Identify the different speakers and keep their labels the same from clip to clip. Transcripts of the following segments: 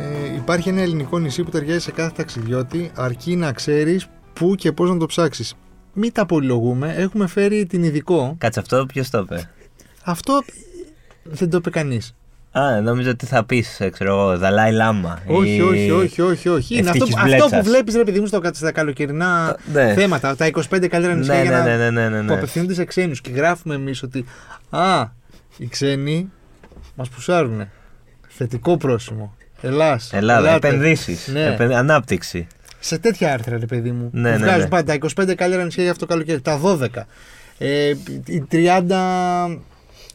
Speaker 1: Ε, Υπάρχει ένα ελληνικό νησί που ταιριάζει σε κάθε ταξιδιώτη, αρκεί να ξέρεις πού και πώς να το ψάξεις. Μην τα πολυλογούμε, έχουμε φέρει την ειδικό.
Speaker 2: Κάτσε αυτό, ποιος το είπε.
Speaker 1: Αυτό δεν το είπε κανείς.
Speaker 2: Α, νόμιζα ότι θα πεις, ξέρω εγώ, Δαλάι Λάμα.
Speaker 1: Όχι,
Speaker 2: ή-
Speaker 1: όχι, όχι, όχι. όχι. Είναι αυτό,
Speaker 2: Ε, Ευτυχής
Speaker 1: αυτό που
Speaker 2: Βλέτσας.
Speaker 1: βλέπεις, ρε παιδί μου, στο, στα καλοκαιρινά
Speaker 2: Ναι.
Speaker 1: θέματα. Τα 25 καλύτερα νησιά
Speaker 2: Ναι,
Speaker 1: για
Speaker 2: ναι,
Speaker 1: να-
Speaker 2: ναι, ναι, ναι, ναι, ναι.
Speaker 1: που απευθύνονται σε ξένους. Και γράφουμε εμείς ότι Α, οι ξένοι μας πουσάρουν. Θετικό πρόσημο. Ελλάς,
Speaker 2: Ελλάδα,
Speaker 1: ελάτε.
Speaker 2: επενδύσεις.
Speaker 1: Ναι.
Speaker 2: Ανάπτυξη.
Speaker 1: Σε τέτοια άρθρα, ρε παιδί μου.
Speaker 2: Ναι,
Speaker 1: που
Speaker 2: ναι,
Speaker 1: βγάζουν
Speaker 2: ναι.
Speaker 1: πάντα 25 καλύτερα νησιά για αυτό το καλοκαίρι. Τα 12. Ε, οι 30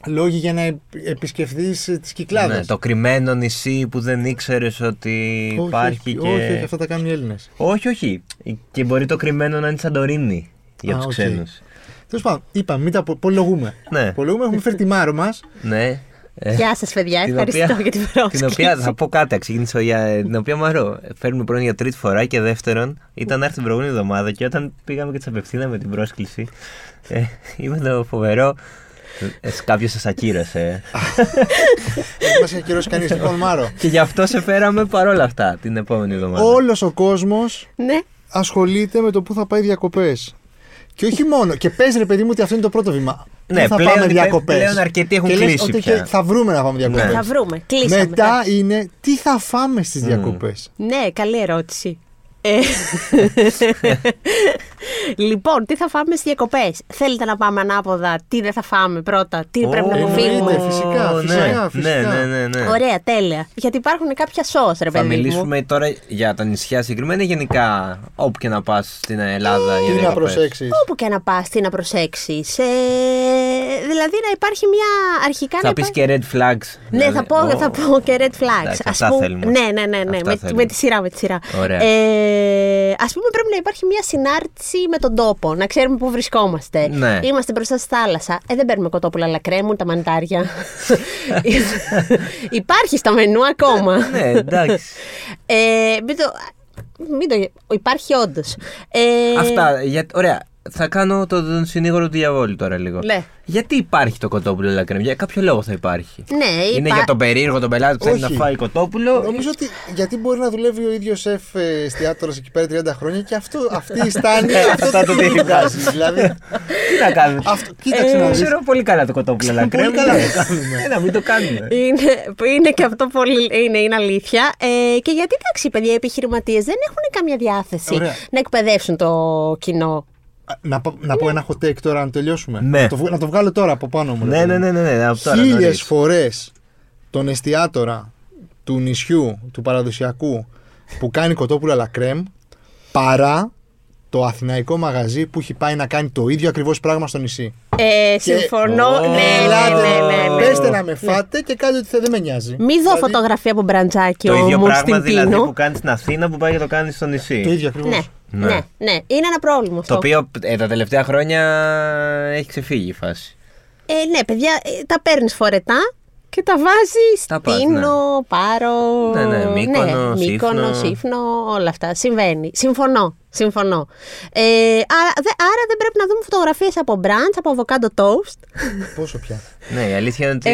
Speaker 1: λόγοι για να επισκεφθείς τις κυκλάδες.
Speaker 2: Ναι, το κρυμμένο νησί που δεν ήξερες ότι υπάρχει
Speaker 1: όχι,
Speaker 2: και.
Speaker 1: όχι, όχι, αυτά τα κάνουν οι Έλληνες.
Speaker 2: όχι, όχι. Και μπορεί το κρυμμένο να είναι Σαντορίνη για
Speaker 1: Α,
Speaker 2: τους
Speaker 1: οκ.
Speaker 2: ξένους.
Speaker 1: Τέλος πάντων, είπα, μην τα πο- πολυλογούμε.
Speaker 2: Ναι.
Speaker 1: Πολυλογούμε, έχουμε φέρει τη Μάρο μας.
Speaker 2: Ναι. Ε,
Speaker 3: Γεια σας, παιδιά.
Speaker 2: την
Speaker 3: Ευχαριστώ
Speaker 2: οποία-
Speaker 3: για την πρόσκληση.
Speaker 2: Την οποία θα πω κάτι, ξεκίνησα για ε, την οποία μαρώ. Φέρνουμε πρώην για τρίτη φορά και δεύτερον, ήταν να έρθει την προηγούμενη εβδομάδα και όταν πήγαμε και τη απευθύναμε την πρόσκληση, ε, είπε το φοβερό. Ε, Κάποιος σας ακύρωσε. ε.
Speaker 1: Δεν μα έχει ακυρώσει κανείς. Λοιπόν, Μάρο.
Speaker 2: και γι' αυτό σε φέραμε παρόλα αυτά την επόμενη εβδομάδα.
Speaker 1: Όλος ο κόσμος
Speaker 3: Ναι.
Speaker 1: ασχολείται με το πού θα πάει διακοπές. Και όχι μόνο. Και πες ρε παιδί μου ότι αυτό είναι το πρώτο βήμα. Πού
Speaker 2: Ναι,
Speaker 1: θα
Speaker 2: πλέον-
Speaker 1: πάμε διακοπές.
Speaker 2: πλέον αρκετοί έχουν κλείσει πια.
Speaker 1: θα βρούμε να πάμε διακοπέ.
Speaker 2: Ναι.
Speaker 3: Θα βρούμε. Κλείσαμε.
Speaker 1: Μετά είναι τι θα φάμε στις διακοπές.
Speaker 3: Ναι, καλή ερώτηση. Ε, λοιπόν, τι θα φάμε στις διακοπές. Θέλετε να πάμε ανάποδα, τι δεν θα φάμε πρώτα, τι πρέπει να
Speaker 1: εννοείται,
Speaker 3: αποφύγουμε.
Speaker 1: φυσικά,
Speaker 2: ε, Ναι,
Speaker 1: φυσικά,
Speaker 2: Ναι,
Speaker 1: φυσικά.
Speaker 2: ναι, ναι, ναι.
Speaker 3: Ωραία, τέλεια. Γιατί υπάρχουν κάποια σο, ρε
Speaker 2: Θα
Speaker 3: παιδί μου.
Speaker 2: μιλήσουμε τώρα για τα νησιά συγκεκριμένα ή γενικά όπου και να πας στην Ελλάδα. για
Speaker 1: Τι να
Speaker 2: διακοπές.
Speaker 1: προσέξεις.
Speaker 3: Όπου και να πας, τι να προσέξεις. δηλαδή να υπάρχει μια αρχικά. να
Speaker 2: Θα πει
Speaker 3: υπάρχει-
Speaker 2: και red flags.
Speaker 3: Ναι, θα πω, θα πω και red flags.
Speaker 2: Δηλαδή, Εντάξει,
Speaker 3: Ας
Speaker 2: αυτά
Speaker 3: πούμε-
Speaker 2: θέλουμε.
Speaker 3: Ναι, ναι, ναι, ναι.
Speaker 2: Αυτά
Speaker 3: Με,
Speaker 2: θέλουμε.
Speaker 3: με τη σειρά, με τη σειρά.
Speaker 2: Ωραία.
Speaker 3: Ε, Ας πούμε, πρέπει να υπάρχει μια συνάρτηση με τον τόπο, να ξέρουμε πού βρισκόμαστε.
Speaker 2: Ναι.
Speaker 3: Είμαστε μπροστά στη θάλασσα. Ε, δεν παίρνουμε κοτόπουλα, αλλά κρέμουν τα μαντάρια. υπάρχει στα μενού ακόμα.
Speaker 2: Ναι, εντάξει.
Speaker 3: Ε, μην το. Μην το υπάρχει όντως. Ε,
Speaker 2: Αυτά. Για, ωραία. Θα κάνω το- τον συνήγορο του διαβόλου τώρα λίγο.
Speaker 3: Ναι.
Speaker 2: Γιατί υπάρχει το κοτόπουλο λακρέμ, για κάποιο λόγο θα υπάρχει.
Speaker 3: Ναι,
Speaker 2: Είναι
Speaker 3: υπά-
Speaker 2: για τον περίεργο τον πελάτη που θέλει να
Speaker 1: Όχι.
Speaker 2: φάει κοτόπουλο.
Speaker 1: Νομίζω ότι γιατί μπορεί να δουλεύει ο ίδιος σεφ ε, εστιατόρα εκεί πέρα 30 χρόνια και αυτό, αυτή η στάνη.
Speaker 2: αυτά Ε, το τι
Speaker 1: βγάζει. Δηλαδή.
Speaker 2: Τι να κάνουμε. Ε,
Speaker 1: Αυτό, κοίταξε να δεις.
Speaker 2: Ξέρω πολύ καλά το κοτόπουλο λακρέμ.
Speaker 1: Πολύ καλά το κάνουμε.
Speaker 2: Έλα, μην το κάνουμε.
Speaker 3: Είναι, είναι και αυτό πολύ. Είναι, είναι αλήθεια. Ε, και γιατί εντάξει, οι παιδιά, οι επιχειρηματίες δεν έχουν καμία διάθεση
Speaker 1: Ωραία.
Speaker 3: να εκπαιδεύσουν το κοινό.
Speaker 1: Α, Να, πω- να πω ένα hot take τώρα να τελειώσουμε.
Speaker 2: Ναι.
Speaker 1: Να, το, βγα- να το βγάλω τώρα από πάνω μου.
Speaker 2: Ναι, ναι, ναι, ναι, ναι, από τώρα,
Speaker 1: Χίλιες
Speaker 2: νωρίς.
Speaker 1: φορές τον εστιατόρα του νησιού, του παραδοσιακού, που κάνει κοτόπουλα αλλά κρέμ, παρά το αθηναϊκό μαγαζί που έχει πάει να κάνει το ίδιο ακριβώς πράγμα στο νησί.
Speaker 3: Ε, συμφωνώ.
Speaker 2: Ω,
Speaker 3: ναι, ναι,
Speaker 1: Ελάτε,
Speaker 3: ναι, ναι, ναι.
Speaker 1: Πέστε να με φάτε και κάντε ό,τι θέλετε, δεν με νοιάζει.
Speaker 2: Ναι.
Speaker 3: Μη δω
Speaker 1: Δηλαδή,
Speaker 3: φωτογραφία από μπραντζάκι
Speaker 2: Το ίδιο
Speaker 3: όμω στην
Speaker 2: πράγμα δηλαδή
Speaker 3: Πίνο.
Speaker 2: που κάνεις στην Αθήνα που πάει και το κάνεις στο νησί.
Speaker 1: Το ίδιο ακριβώς.
Speaker 3: Ναι,
Speaker 2: Ναι.
Speaker 3: ναι. ναι, Είναι ένα πρόβλημα αυτό.
Speaker 2: Το οποίο ε, τα τελευταία χρόνια έχει ξεφύγει η φάση.
Speaker 3: Ε, ναι, παιδιά, ε, τα παίρνεις φορετά και τα βάζεις
Speaker 2: Τα πας,
Speaker 3: Τίνο, Πάρο.
Speaker 2: Ναι, ναι, Μύκονο,
Speaker 3: Μύκονο,
Speaker 2: Σύφνο.
Speaker 3: Σύφνο, όλα αυτά. Συμβαίνει. Συμφωνώ. Συμφωνώ. Ε, άρα, δε- άρα δεν πρέπει να δούμε φωτογραφίες από μπραντ, από αβοκάντο τόστ.
Speaker 1: Πόσο πια.
Speaker 2: Ναι, η αλήθεια είναι
Speaker 3: Ε,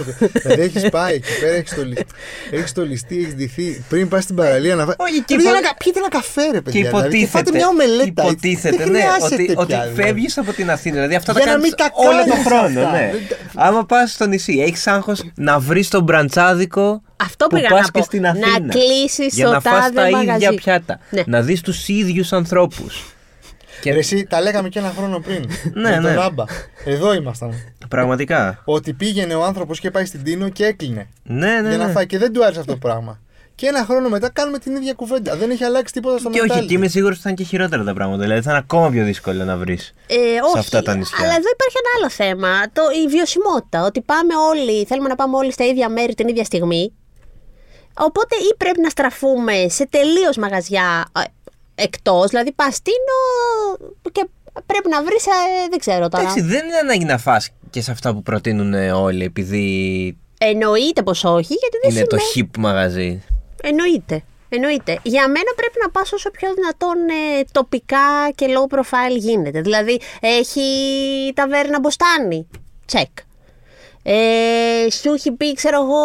Speaker 2: ότι.
Speaker 1: δηλαδή έχεις πάει εκεί πέρα, έχεις στολιστεί, έχεις στολιστεί, έχεις ντυθεί. Πριν πας στην παραλία να φάει.
Speaker 2: Όχι, και
Speaker 1: Ρε,
Speaker 2: υπο-
Speaker 1: ένα κα- Πιείτε ένα καφέ, ρε
Speaker 2: Και
Speaker 1: παιδιά. δηλαδή,
Speaker 2: υποτίθεται.
Speaker 1: φάτε μια ομελέτα. έτσι.
Speaker 2: Υποτίθεται,
Speaker 1: Δεν
Speaker 2: ναι,
Speaker 1: χρειάζεται
Speaker 2: ότι,
Speaker 1: πια,
Speaker 2: ότι
Speaker 1: δηλαδή.
Speaker 2: φεύγεις από την Αθήνα. Δηλαδή αυτά τα
Speaker 1: Για να
Speaker 2: κάνεις
Speaker 1: μην τα
Speaker 2: όλο τον
Speaker 1: κάνεις
Speaker 2: χρόνο.
Speaker 1: αυτά.
Speaker 2: Ναι.
Speaker 1: Δεν
Speaker 2: Άμα πας στο νησί, έχεις άγχος να βρεις τον μπραντσάδικο
Speaker 3: Αυτό
Speaker 2: που
Speaker 3: πήγα
Speaker 2: πας
Speaker 3: να
Speaker 2: και
Speaker 3: πω.
Speaker 2: στην
Speaker 3: Να
Speaker 2: Αθήνα.
Speaker 3: κλείσεις
Speaker 2: για
Speaker 3: το
Speaker 2: να φας
Speaker 3: τάδε
Speaker 2: τα ίδια
Speaker 3: μαγαζί.
Speaker 2: πιάτα.
Speaker 3: Ναι.
Speaker 2: Να δεις τους ίδιους ανθρώπους.
Speaker 1: Και ρε, εσύ, τα λέγαμε και ένα χρόνο πριν.
Speaker 2: Ναι,
Speaker 1: με τον
Speaker 2: ναι.
Speaker 1: Άμπα. Εδώ ήμασταν.
Speaker 2: Πραγματικά.
Speaker 1: Ότι πήγαινε ο άνθρωπος και πάει στην Τίνο και έκλεινε.
Speaker 2: Ναι, ναι.
Speaker 1: για να
Speaker 2: ναι.
Speaker 1: φάει και δεν του άρεσε αυτό το πράγμα. Και ένα χρόνο μετά κάνουμε την ίδια κουβέντα. Δεν έχει αλλάξει τίποτα στο
Speaker 2: Και όχι,
Speaker 1: μετάλλι.
Speaker 2: και είμαι σίγουρος ότι θα είναι και χειρότερα τα πράγματα. Δηλαδή θα είναι ακόμα πιο δύσκολο να βρεις.
Speaker 3: Ε, όχι,
Speaker 2: αυτά τα νησιά.
Speaker 3: Αλλά εδώ υπάρχει ένα άλλο θέμα. Το, η βιωσιμότητα. Ότι πάμε όλοι, θέλουμε να πάμε όλοι στα ίδια μέρη την ίδια στιγμή. Οπότε ή πρέπει να στραφούμε σε τελείως μαγαζιά ε, εκτός, δηλαδή παστίνο και πρέπει να βρεις, ε, δεν ξέρω τώρα.
Speaker 2: Εντάξει, δεν είναι ανάγκη να φας και σε αυτά που προτείνουν ε, όλοι, επειδή
Speaker 3: Εννοείται πως όχι, γιατί δεν
Speaker 2: είναι το
Speaker 3: σημαίνει.
Speaker 2: hip μαγαζί.
Speaker 3: Εννοείται. Εννοείται. Για μένα πρέπει να πας όσο πιο δυνατόν ε, τοπικά και low profile γίνεται. Δηλαδή, έχει ταβέρνα μποστάνι. Τσεκ. Ε, σου έχει πει, ξέρω εγώ,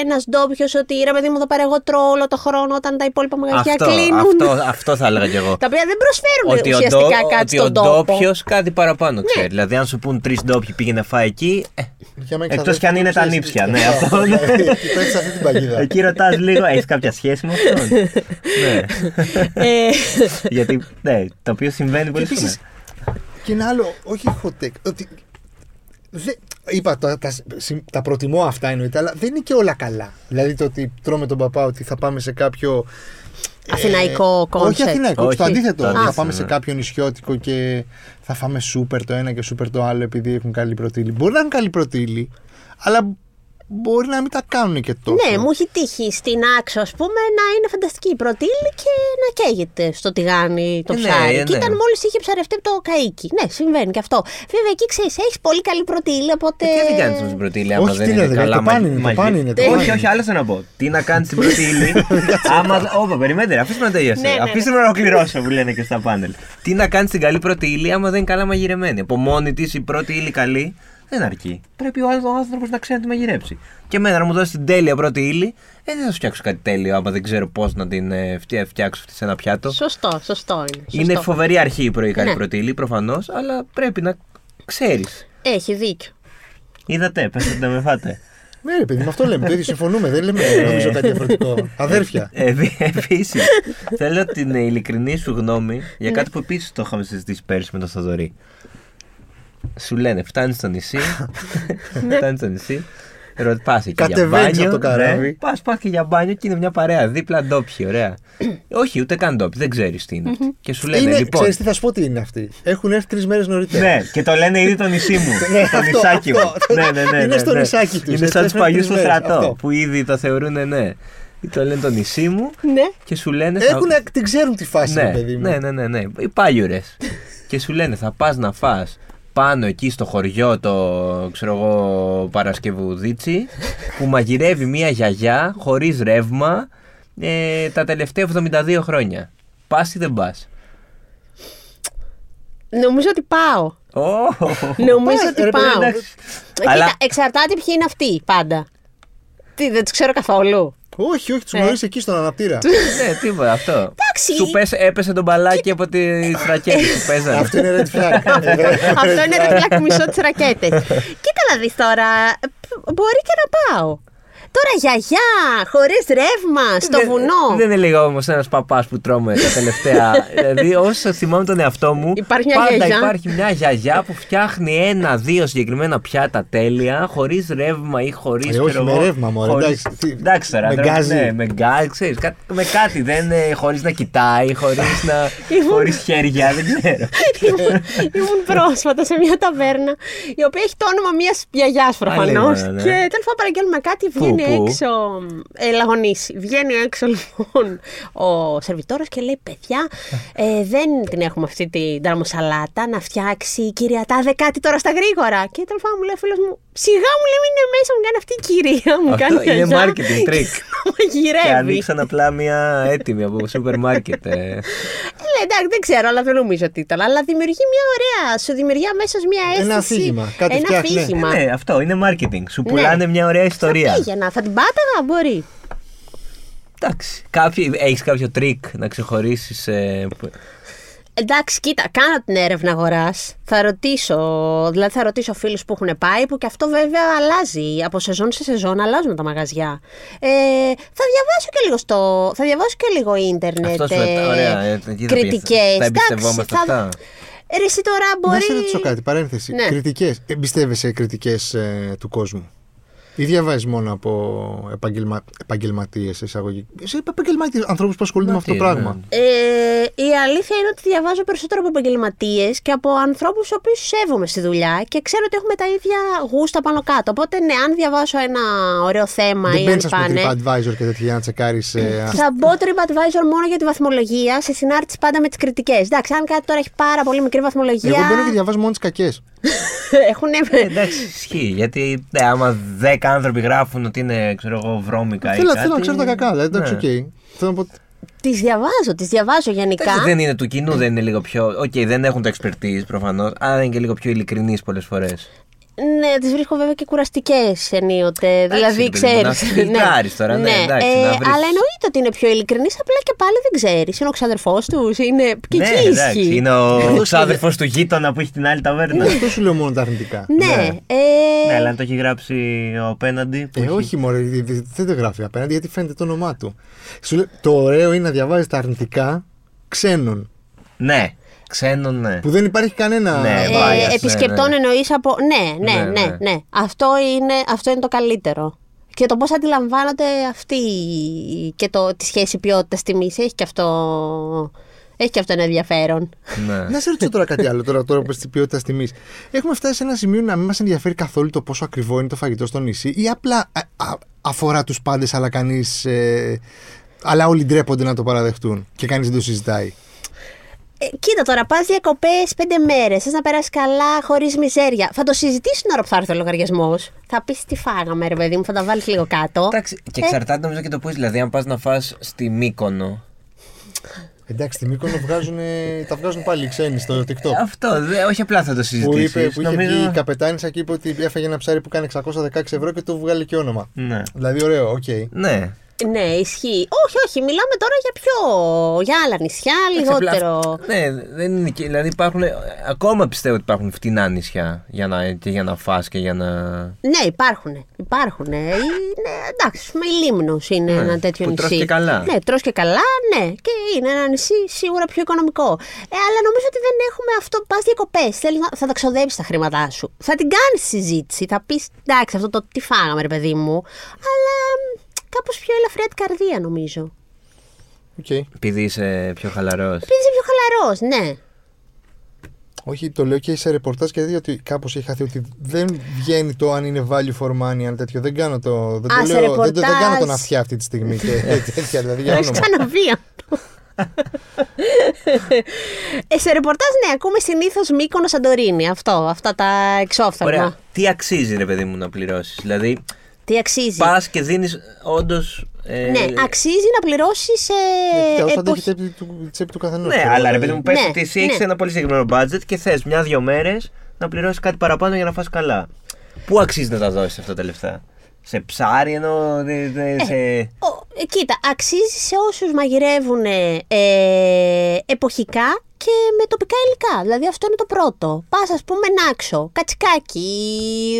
Speaker 3: ένας ντόπιος ότι ρε παιδί μου, θα πάρω εγώ τρόλο το χρόνο όταν τα υπόλοιπα μαγαζιά
Speaker 2: Αυτό,
Speaker 3: κλείνουν.
Speaker 2: αυτό, αυτό θα έλεγα κι εγώ.
Speaker 3: Τα οποία δεν προσφέρουν
Speaker 2: ότι ο,
Speaker 3: ουσιαστικά
Speaker 2: ντό- ότι
Speaker 3: κάτι
Speaker 2: ο
Speaker 3: στον τόπο. Ναι.
Speaker 2: ντόπιος κάτι παραπάνω ξέρει. Δηλαδή, αν σου πούν τρεις ντόπιοι πήγαινε να φάει εκεί. ε,
Speaker 1: Για μένα
Speaker 2: Εκτός κι αν είναι τα
Speaker 1: ξέρεις,
Speaker 2: νύψια, ναι,
Speaker 1: τι-
Speaker 2: αυτό.
Speaker 1: δηλαδή, Πέφτει σε αυτή την παγίδα.
Speaker 2: εκεί ρωτάς λίγο, έχεις κάποια σχέση με αυτόν. ναι.
Speaker 3: Ε,
Speaker 2: Γιατί, ναι, το οποίο συμβαίνει πολύ συχνά.
Speaker 1: επίσης- Και ένα άλλο, όχι hot take, ότι δεν- είπα, τα, τα, συ- τα προτιμώ αυτά εννοείται, αλλά δεν είναι και όλα καλά. Δηλαδή το ότι τρώμε τον παπά ότι θα πάμε σε κάποιο.
Speaker 3: Αθηναϊκό
Speaker 1: ε, Όχι
Speaker 3: κόνσεπτ.
Speaker 1: αθηναϊκό,
Speaker 2: Όχι.
Speaker 1: το αντίθετο.
Speaker 2: Το
Speaker 1: ότι θα
Speaker 2: αντίθετο,
Speaker 1: πάμε
Speaker 2: ναι.
Speaker 1: σε κάποιο νησιώτικο και θα φάμε σούπερ το ένα και σούπερ το άλλο επειδή έχουν καλή προτήλη. Μπορεί να είναι καλή προτήλη, αλλά μπορεί να μην τα κάνουν και τόσο.
Speaker 3: Ναι, μου έχει τύχει στην άξο, ας πούμε, να είναι φανταστική η πρώτη ύλη και να καίγεται στο τηγάνι το
Speaker 2: Ε, ναι,
Speaker 3: ψάρι.
Speaker 2: ε,
Speaker 3: Και
Speaker 2: ναι.
Speaker 3: ήταν μόλις είχε ψαρευτεί από το καίκι. Ναι, συμβαίνει και αυτό. Βέβαια, εκεί ξέρεις, έχεις πολύ καλή πρώτη ύλη, οπότε.
Speaker 2: Ε, Τι δεν κάνει την πρώτη ύλη, άμα
Speaker 1: Όχι,
Speaker 2: δεν
Speaker 1: τι
Speaker 2: είναι
Speaker 1: λέτε,
Speaker 2: καλά
Speaker 1: το πάνι
Speaker 2: μαζί-
Speaker 1: είναι, το
Speaker 2: μαζί.
Speaker 1: πάνι είναι, το
Speaker 2: Όχι,
Speaker 1: πάνι
Speaker 2: όχι,
Speaker 1: είναι.
Speaker 2: άλλο θέλω να πω. Τι να κάνεις την πρώτη ύλη, άμα. Όπα, περιμένετε, ρε, αφήστε με να τελειώσω.
Speaker 3: Ναι, ναι, ναι.
Speaker 2: Αφήστε με να ολοκληρώσω που λένε και στα πάνελ. Τι να κάνεις την καλή πρώτη ύλη, άμα δεν είναι καλά μαγειρεμένη. Από μόνη της η πρώτη ύλη καλή δεν αρκεί. Πρέπει ο άλλος άνθρωπος να ξέρει να τη μαγειρέψει. Και εμένα να μου δώσει την τέλεια πρώτη ύλη, ε, δεν θα σου φτιάξω κάτι τέλειο άμα δεν ξέρω πώς να την ε, φτια- φτιάξω αυτή σε ένα πιάτο.
Speaker 3: Σωστό, σωστό είναι. Σωστό.
Speaker 2: Είναι φοβερή αρχή η πρωί καλή
Speaker 3: Ναι.
Speaker 2: πρώτη ύλη, προφανώς, αλλά πρέπει να ξέρεις.
Speaker 3: Έχει δίκιο.
Speaker 2: Είδατε, πέστε να με φάτε.
Speaker 1: Ναι, ρε παιδί, με αυτό λέμε. Το ίδιο συμφωνούμε. Δεν λέμε
Speaker 2: Ε.
Speaker 1: νομίζω κάτι διαφορετικό. Αδέρφια.
Speaker 2: Επίση, ε, θέλω την ε, ειλικρινή σου γνώμη για κάτι που επίσης το είχαμε συζητήσει πέρσι με τον Θοδωρή. Σου λένε, φτάνεις στο νησί. φτάνεις στο νησί. Ρωτά εκεί για
Speaker 1: Κατεβαίνεις
Speaker 2: μπάνιο.
Speaker 1: από το καράβι.
Speaker 2: Πας πας και για μπάνιο και είναι μια παρέα δίπλα ντόπιοι, ωραία. Όχι, ούτε καν ντόπιοι, δεν ξέρεις τι είναι. αυτή. και σου λένε,
Speaker 1: Είναι,
Speaker 2: λοιπόν.
Speaker 1: ξέρεις τι θα σου πω τι είναι αυτοί. Έχουν έρθει τρεις μέρες νωρίτερα.
Speaker 2: Ναι, και το λένε ήδη το νησί μου.
Speaker 1: Ναι,
Speaker 2: το
Speaker 1: αυτό,
Speaker 2: νησάκι μου.
Speaker 1: αυτό.
Speaker 2: Ναι, ναι, ναι,
Speaker 1: Είναι
Speaker 2: ναι,
Speaker 1: στο
Speaker 2: ναι.
Speaker 1: νησάκι τους, έτσι,
Speaker 2: Είναι σαν του
Speaker 1: έχουν
Speaker 2: παλιού
Speaker 1: τρεις
Speaker 2: στο
Speaker 1: μέρες, αυτό.
Speaker 2: στρατό που ήδη το θεωρούν, ναι. Το λένε το νησί μου
Speaker 3: Ναι.
Speaker 2: και σου λένε. θα-
Speaker 1: Έχουν, την ξέρουν τη φάση,
Speaker 2: ναι,
Speaker 1: ρε παιδί μου.
Speaker 2: ναι, ναι, ναι, ναι. Οι πάγιουρες. και σου λένε θα πας να φά πάνω εκεί στο χωριό το ξέρω εγώ Παρασκευουδίτσι που μαγειρεύει μια γιαγιά χωρίς ρεύμα ε, τα τελευταία 72 χρόνια. Πας ή δεν πας.
Speaker 3: Νομίζω ότι πάω. Νομίζω
Speaker 1: Πας,
Speaker 3: ότι
Speaker 1: ρε παιδί,
Speaker 3: πάω.
Speaker 1: εντάξει.
Speaker 2: Αλλά-
Speaker 3: Κοίτα, εξαρτάται ποιοι είναι αυτοί πάντα. Τι, δεν τους ξέρω καθόλου.
Speaker 1: Όχι, όχι, τους
Speaker 3: Ε.
Speaker 1: γνωρίζεις εκεί στον αναπτήρα.
Speaker 2: ναι, τίποτα αυτό.
Speaker 3: Εντάξει.
Speaker 2: Σου πέσε- έπεσε τον μπαλάκι από τη στρακέτη που παίζανε.
Speaker 1: Αυτό είναι red flag.
Speaker 3: Αυτό είναι ρε φλακ μισό τι ρακέτε. Κοίτα να δεις τώρα. π- Μπορεί και να πάω. Τώρα γιαγιά, χωρίς ρεύμα, στο
Speaker 2: Δεν-
Speaker 3: βουνό.
Speaker 2: Δεν είναι λίγο όμως ένας παπάς που τρώμε τα τελευταία. δηλαδή, όσο θυμάμαι τον εαυτό μου,
Speaker 3: Υπάρχει μια
Speaker 2: πάντα
Speaker 3: γιαγιά.
Speaker 2: υπάρχει μια γιαγιά που φτιάχνει ένα-δύο συγκεκριμένα πιάτα τέλεια, χωρίς ρεύμα ή χωρίς.
Speaker 1: Ε, όχι, με ρεύμα, μωρέ, εντάξει, τι-
Speaker 2: εντάξει τώρα,
Speaker 1: με
Speaker 2: τώρα,
Speaker 1: γκάζι.
Speaker 2: ναι, με γκάζι, ξέρεις, κά- με κάτι. Δεν, χωρίς να κοιτάει, χωρίς να.
Speaker 3: Ήμουν-
Speaker 2: χωρίς χέρια, δεν ξέρω.
Speaker 3: ήμουν, ήμουν πρόσφατα σε μια ταβέρνα η οποία έχει το όνομα μιας γιαγιάς προφανώ.
Speaker 2: Α, λέει, ναι, ναι.
Speaker 3: Και τέλο πάντων παραγγέλνουμε κάτι,
Speaker 2: πού?
Speaker 3: βγαίνει έξω. Ε, λαγωνίσει. Βγαίνει έξω λοιπόν ο σερβιτόρος και λέει: Παιδιά, ε, δεν την έχουμε αυτή την τραμοσαλάτα να φτιάξει η κυρία Τάδε κάτι τώρα στα γρήγορα. Και τέλο πάντων μου λέει ο φίλος μου: Σιγά μου λέει, μην είναι μέσα, μου κάνει αυτή η κυρία. Μου
Speaker 2: Αυτό
Speaker 3: κάνει
Speaker 2: είναι
Speaker 3: γιαγιά
Speaker 2: marketing trick.
Speaker 3: και θα
Speaker 2: και
Speaker 3: Μαγειρεύει.
Speaker 2: ανοίξαν απλά μια έτοιμη από σούπερ μάρκετ. ε.
Speaker 3: Ε, λέει, εντάξει, δεν ξέρω, αλλά δεν νομίζω ότι ήταν. Αλλά δημιουργεί μια ωραία. Σου δημιουργεί αμέσως μια αίσθηση.
Speaker 1: Ένα αφήγημα, κάτι
Speaker 3: Ένα
Speaker 1: φτιάχνει, ναι.
Speaker 3: αφήγημα.
Speaker 2: ναι, αυτό είναι marketing. Σου
Speaker 3: Ναι.
Speaker 2: πουλάνε μια ωραία ιστορία.
Speaker 3: Θα πήγαινα, θα την πάταγα, μπορεί.
Speaker 2: Εντάξει. Κάποιοι, έχεις κάποιο τρίκ να ξεχωρίσεις... Ε, που-
Speaker 3: Εντάξει, κοίτα, κάνω την έρευνα αγοράς. Θα ρωτήσω, δηλαδή θα ρωτήσω φίλους που έχουν πάει, που και αυτό βέβαια αλλάζει. Από σεζόν σε σεζόν αλλάζουν τα μαγαζιά. Ε, θα διαβάσω και λίγο στο. Θα διαβάσω και λίγο ίντερνετ.
Speaker 2: Αυτός σου λέει,
Speaker 3: ε,
Speaker 2: ωραία, ε, εκεί θα πει,
Speaker 3: κριτικές.
Speaker 2: θα- θα
Speaker 3: Εντάξει,
Speaker 2: εμπιστευόμαστε αυτά.
Speaker 3: Ρε, εσύ τώρα μπορεί.
Speaker 1: Να σε ρωτήσω κάτι, παρένθεση.
Speaker 3: Ναι.
Speaker 1: Κριτικές. Εμπιστεύεσαι κριτικές του κόσμου. Ή διαβάζεις μόνο από επαγγελμα... επαγγελματίες εισαγωγή. Ε, Σε επαγγελματίες, ανθρώπους που ασχολούνται με αυτό το
Speaker 2: τι, ναι.
Speaker 1: πράγμα.
Speaker 3: Ε, η αλήθεια είναι ότι διαβάζω περισσότερο από επαγγελματίες και από ανθρώπους του οποίους σέβομαι στη δουλειά και ξέρω ότι έχουμε τα ίδια γούστα πάνω κάτω. Οπότε, ναι, αν διαβάσω ένα ωραίο θέμα
Speaker 1: Δεν
Speaker 3: ή αν
Speaker 1: μπαίνεις, ας πούμε,
Speaker 3: πάνε.
Speaker 1: TripAdvisor και τέτοια για να ε, τσεκάρει.
Speaker 3: Θα μπω TripAdvisor μόνο για τη βαθμολογία σε συνάρτηση πάντα με τις κριτικές. Εντάξει, αν κάτι τώρα έχει πάρα πολύ μικρή βαθμολογία.
Speaker 1: Εγώ μπορώ και διαβάζω μόνο τις κακές.
Speaker 3: Έχουν.
Speaker 1: Ε,
Speaker 2: Εντάξει, ισχύει. Γιατί ναι, άμα 10 άνθρωποι γράφουν ότι είναι, ξέρω εγώ, βρώμικα
Speaker 1: Θέλω,
Speaker 2: ή κάτι...
Speaker 1: θέλω να ξέρω τα κακά, δηλαδή εντάξει,
Speaker 2: ναι.
Speaker 1: οκ. Θέλω να πω.
Speaker 3: τις διαβάζω, τις διαβάζω γενικά.
Speaker 2: Εντάξει, δεν είναι του κοινού, δεν είναι λίγο πιο. Οκ, δεν έχουν το expertise προφανώς, αλλά είναι και λίγο πιο ειλικρινείς πολλές φορές.
Speaker 3: Ναι, τις βρίσκω βέβαια και κουραστικές ενίοτε.
Speaker 2: ρε
Speaker 3: Δηλαδή,
Speaker 2: παιδί μου,
Speaker 3: ξέρει.
Speaker 2: να φιλτράρεις τώρα, ναι, εντάξει, να βρεις.
Speaker 3: ε, Αλλά εννοείται ότι είναι πιο ειλικρινής, απλά και πάλι δεν ξέρεις. Είναι ο ξάδερφό τους, είναι. Και
Speaker 2: ναι,
Speaker 3: εκεί
Speaker 2: εντάξει,
Speaker 3: ισχύει.
Speaker 2: είναι ο
Speaker 1: Εδώ Ε.
Speaker 2: ξάδερφος του γείτονα που έχει την άλλη ταβέρνα.
Speaker 1: Αυτό σου λέω μόνο τα αρνητικά.
Speaker 3: Ναι, ε,
Speaker 2: Ναι, αλλά αν το έχει γράψει ο απέναντι. που
Speaker 1: Ε,
Speaker 2: έχει-
Speaker 1: όχι, μωρέ, δι- δι- δεν το γράφει απέναντι γιατί φαίνεται το όνομά του. Σου λέ- το ωραίο είναι να διαβάζεις τα αρνητικά ξένων.
Speaker 2: Ναι, ξένο, ναι.
Speaker 1: Που δεν υπάρχει κανένα.
Speaker 2: Ναι,
Speaker 3: ε,
Speaker 2: bias, ναι,
Speaker 3: επισκεπτών
Speaker 2: ναι.
Speaker 3: εννοείς από. Ναι, ναι,
Speaker 2: Ναι,
Speaker 3: ναι.
Speaker 2: ναι.
Speaker 3: ναι, Αυτό, είναι, αυτό είναι το καλύτερο. Και το πώς αντιλαμβάνονται αυτοί και το, τη σχέση ποιότητας τιμής έχει και αυτό. Έχει και αυτό ένα ενδιαφέρον.
Speaker 2: Ναι.
Speaker 1: Να σε ρωτήσω τώρα κάτι άλλο, τώρα, τώρα που στην ποιότητας τιμής. Έχουμε φτάσει σε ένα σημείο να μην μας ενδιαφέρει καθόλου το πόσο ακριβό είναι το φαγητό στο νησί ή απλά α, α, αφορά τους πάντες, αλλά κανείς. αλλά όλοι ντρέπονται να το παραδεχτούν και κανείς δεν το συζητάει.
Speaker 3: Ε, κοίτα τώρα, πας διακοπές πέντε μέρες. Θες να περάσεις καλά, χωρίς μιζέρια. Θα το συζητήσει την ώρα που θα έρθει ο λογαριασμός. Θα πεις τι φάγαμε, ρε παιδί μου, θα τα βάλεις λίγο κάτω.
Speaker 2: Εντάξει, και
Speaker 1: Ε.
Speaker 2: εξαρτάται νομίζω και το που είσαι. Δηλαδή, αν πας να φας στη Μύκονο.
Speaker 1: Εντάξει, τη Μύκονο βγάζουν, τα βγάζουν πάλι οι ξένοι στο TikTok.
Speaker 2: Αυτό, δε, όχι απλά θα το
Speaker 1: Που,
Speaker 2: συζητήσει.
Speaker 1: είπε, που είχε βγει η καπετάνισσα και είπε ότι έφαγε ένα ψάρι που κάνει 616 ευρώ και του βγάλε και όνομα.
Speaker 2: Ναι.
Speaker 1: Δηλαδή, ωραίο, οκ.
Speaker 2: Ναι.
Speaker 3: Ναι, ισχύει. Όχι, όχι, μιλάμε τώρα για πιο. για άλλα νησιά,
Speaker 2: Ε,
Speaker 3: λιγότερο.
Speaker 2: Ναι, δεν είναι. και- Δηλαδή υπάρχουν. Ακόμα πιστεύω ότι υπάρχουν φτηνά νησιά για να, και για να φας και για να.
Speaker 3: Ναι, υπάρχουν. Υπάρχουν. Είναι, εντάξει, ας πούμε, η Λίμνος είναι ένα τέτοιο
Speaker 2: Ναι, που τρως
Speaker 3: νησί.
Speaker 2: και καλά.
Speaker 3: Ναι, τρως και καλά, ναι. Και είναι ένα νησί σίγουρα πιο οικονομικό. Ε, αλλά νομίζω ότι δεν έχουμε αυτό. Πας διακοπές. Θα τα ξοδέψεις τα χρήματά σου. Θα την κάνεις συζήτηση. Θα πεις εντάξει, αυτό το τι φάγαμε, ρε παιδί μου. Αλλά κάπως πιο ελαφριά την καρδία, νομίζω.
Speaker 1: Οκ.
Speaker 2: Επειδή είσαι πιο χαλαρός.
Speaker 3: Επειδή είσαι πιο χαλαρός, ναι.
Speaker 1: Όχι, το λέω και σε ρεπορτάζ και τέτοιο ότι κάπως έχει χαθεί. Ότι δεν βγαίνει το αν είναι value for money, αν τέτοιο. Δεν κάνω το. Δεν,
Speaker 3: Α,
Speaker 1: το
Speaker 3: σε
Speaker 1: λέω, δεν, το- δεν
Speaker 3: ρεπορτάζ.
Speaker 1: κάνω τον αυτιά αυτή τη στιγμή. και τέτοια, δηλαδή για
Speaker 3: Έχεις
Speaker 1: όνομα.
Speaker 3: ξαναβεί αυτό. ε, σε ρεπορτάζ, ναι, ακούμε συνήθως Μύκονο Σαντορίνη. Αυτό, αυτά τα εξόφθαλμα.
Speaker 2: Ωραία. Τι αξίζει, ρε παιδί μου, να πληρώσεις. Δηλαδή,
Speaker 3: Τι αξίζει.
Speaker 2: πας και δίνεις όντως. Ε,
Speaker 3: Ναι, αξίζει να πληρώσεις σε.
Speaker 1: Ε, κοίτα, όταν το
Speaker 3: εποχ-
Speaker 1: έχει τσέπη του, τσέπη του καθενός.
Speaker 2: Ναι, αλλά ρε παιδί μου, πες
Speaker 3: Ναι,
Speaker 2: ότι εσύ
Speaker 3: ναι.
Speaker 2: έχεις ένα πολύ συγκεκριμένο budget και θες μια-δυο μέρες να πληρώσεις κάτι παραπάνω για να φας καλά. Πού αξίζει να τα δώσεις αυτά τα λεφτά, Σε ψάρι ενώ. δε- δε- σε...
Speaker 3: Ο- ε, κοίτα, αξίζει σε όσους μαγειρεύουν ε, εποχικά και με τοπικά υλικά. Δηλαδή αυτό είναι το πρώτο. Πας, ας πούμε, Νάξο, κατσικάκι.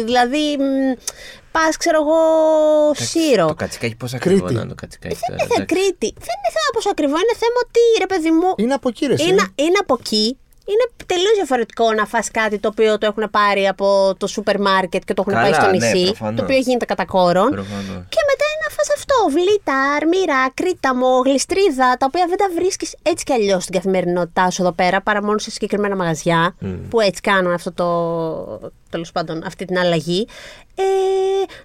Speaker 3: Δηλαδή, πα, ξέρω εγώ, σύρο.
Speaker 2: Το κατσικάκι, πόσα ακριβό
Speaker 1: Κρήτη.
Speaker 2: να είναι το κατσικάκι τώρα.
Speaker 3: Δεν θα
Speaker 2: Ε, εντάξει.
Speaker 3: Κρήτη. Δεν είναι θέμα πόσο ακριβό, είναι θέμα ότι ρε παιδί μου.
Speaker 1: Είναι από εκεί, ρε, εσύ.
Speaker 3: Είναι, είναι από εκεί. Είναι τελείως διαφορετικό να φας κάτι το οποίο το έχουν πάρει από το σούπερ μάρκετ και το έχουν
Speaker 2: Καλά,
Speaker 3: πάει στο
Speaker 2: ναι,
Speaker 3: νησί.
Speaker 2: προφανώς.
Speaker 3: το οποίο γίνεται κατά κόρον.
Speaker 2: Προφανώς.
Speaker 3: Και μετά είναι να φας αυτό. Βλήτα, αρμύρα, κρίταμο, γλιστρίδα, τα οποία δεν τα βρίσκεις έτσι κι αλλιώς στην καθημερινότητά σου εδώ πέρα, παρά μόνο σε συγκεκριμένα μαγαζιά που έτσι κάνουν αυτό το. Τέλος πάντων, αυτή την αλλαγή. Ε,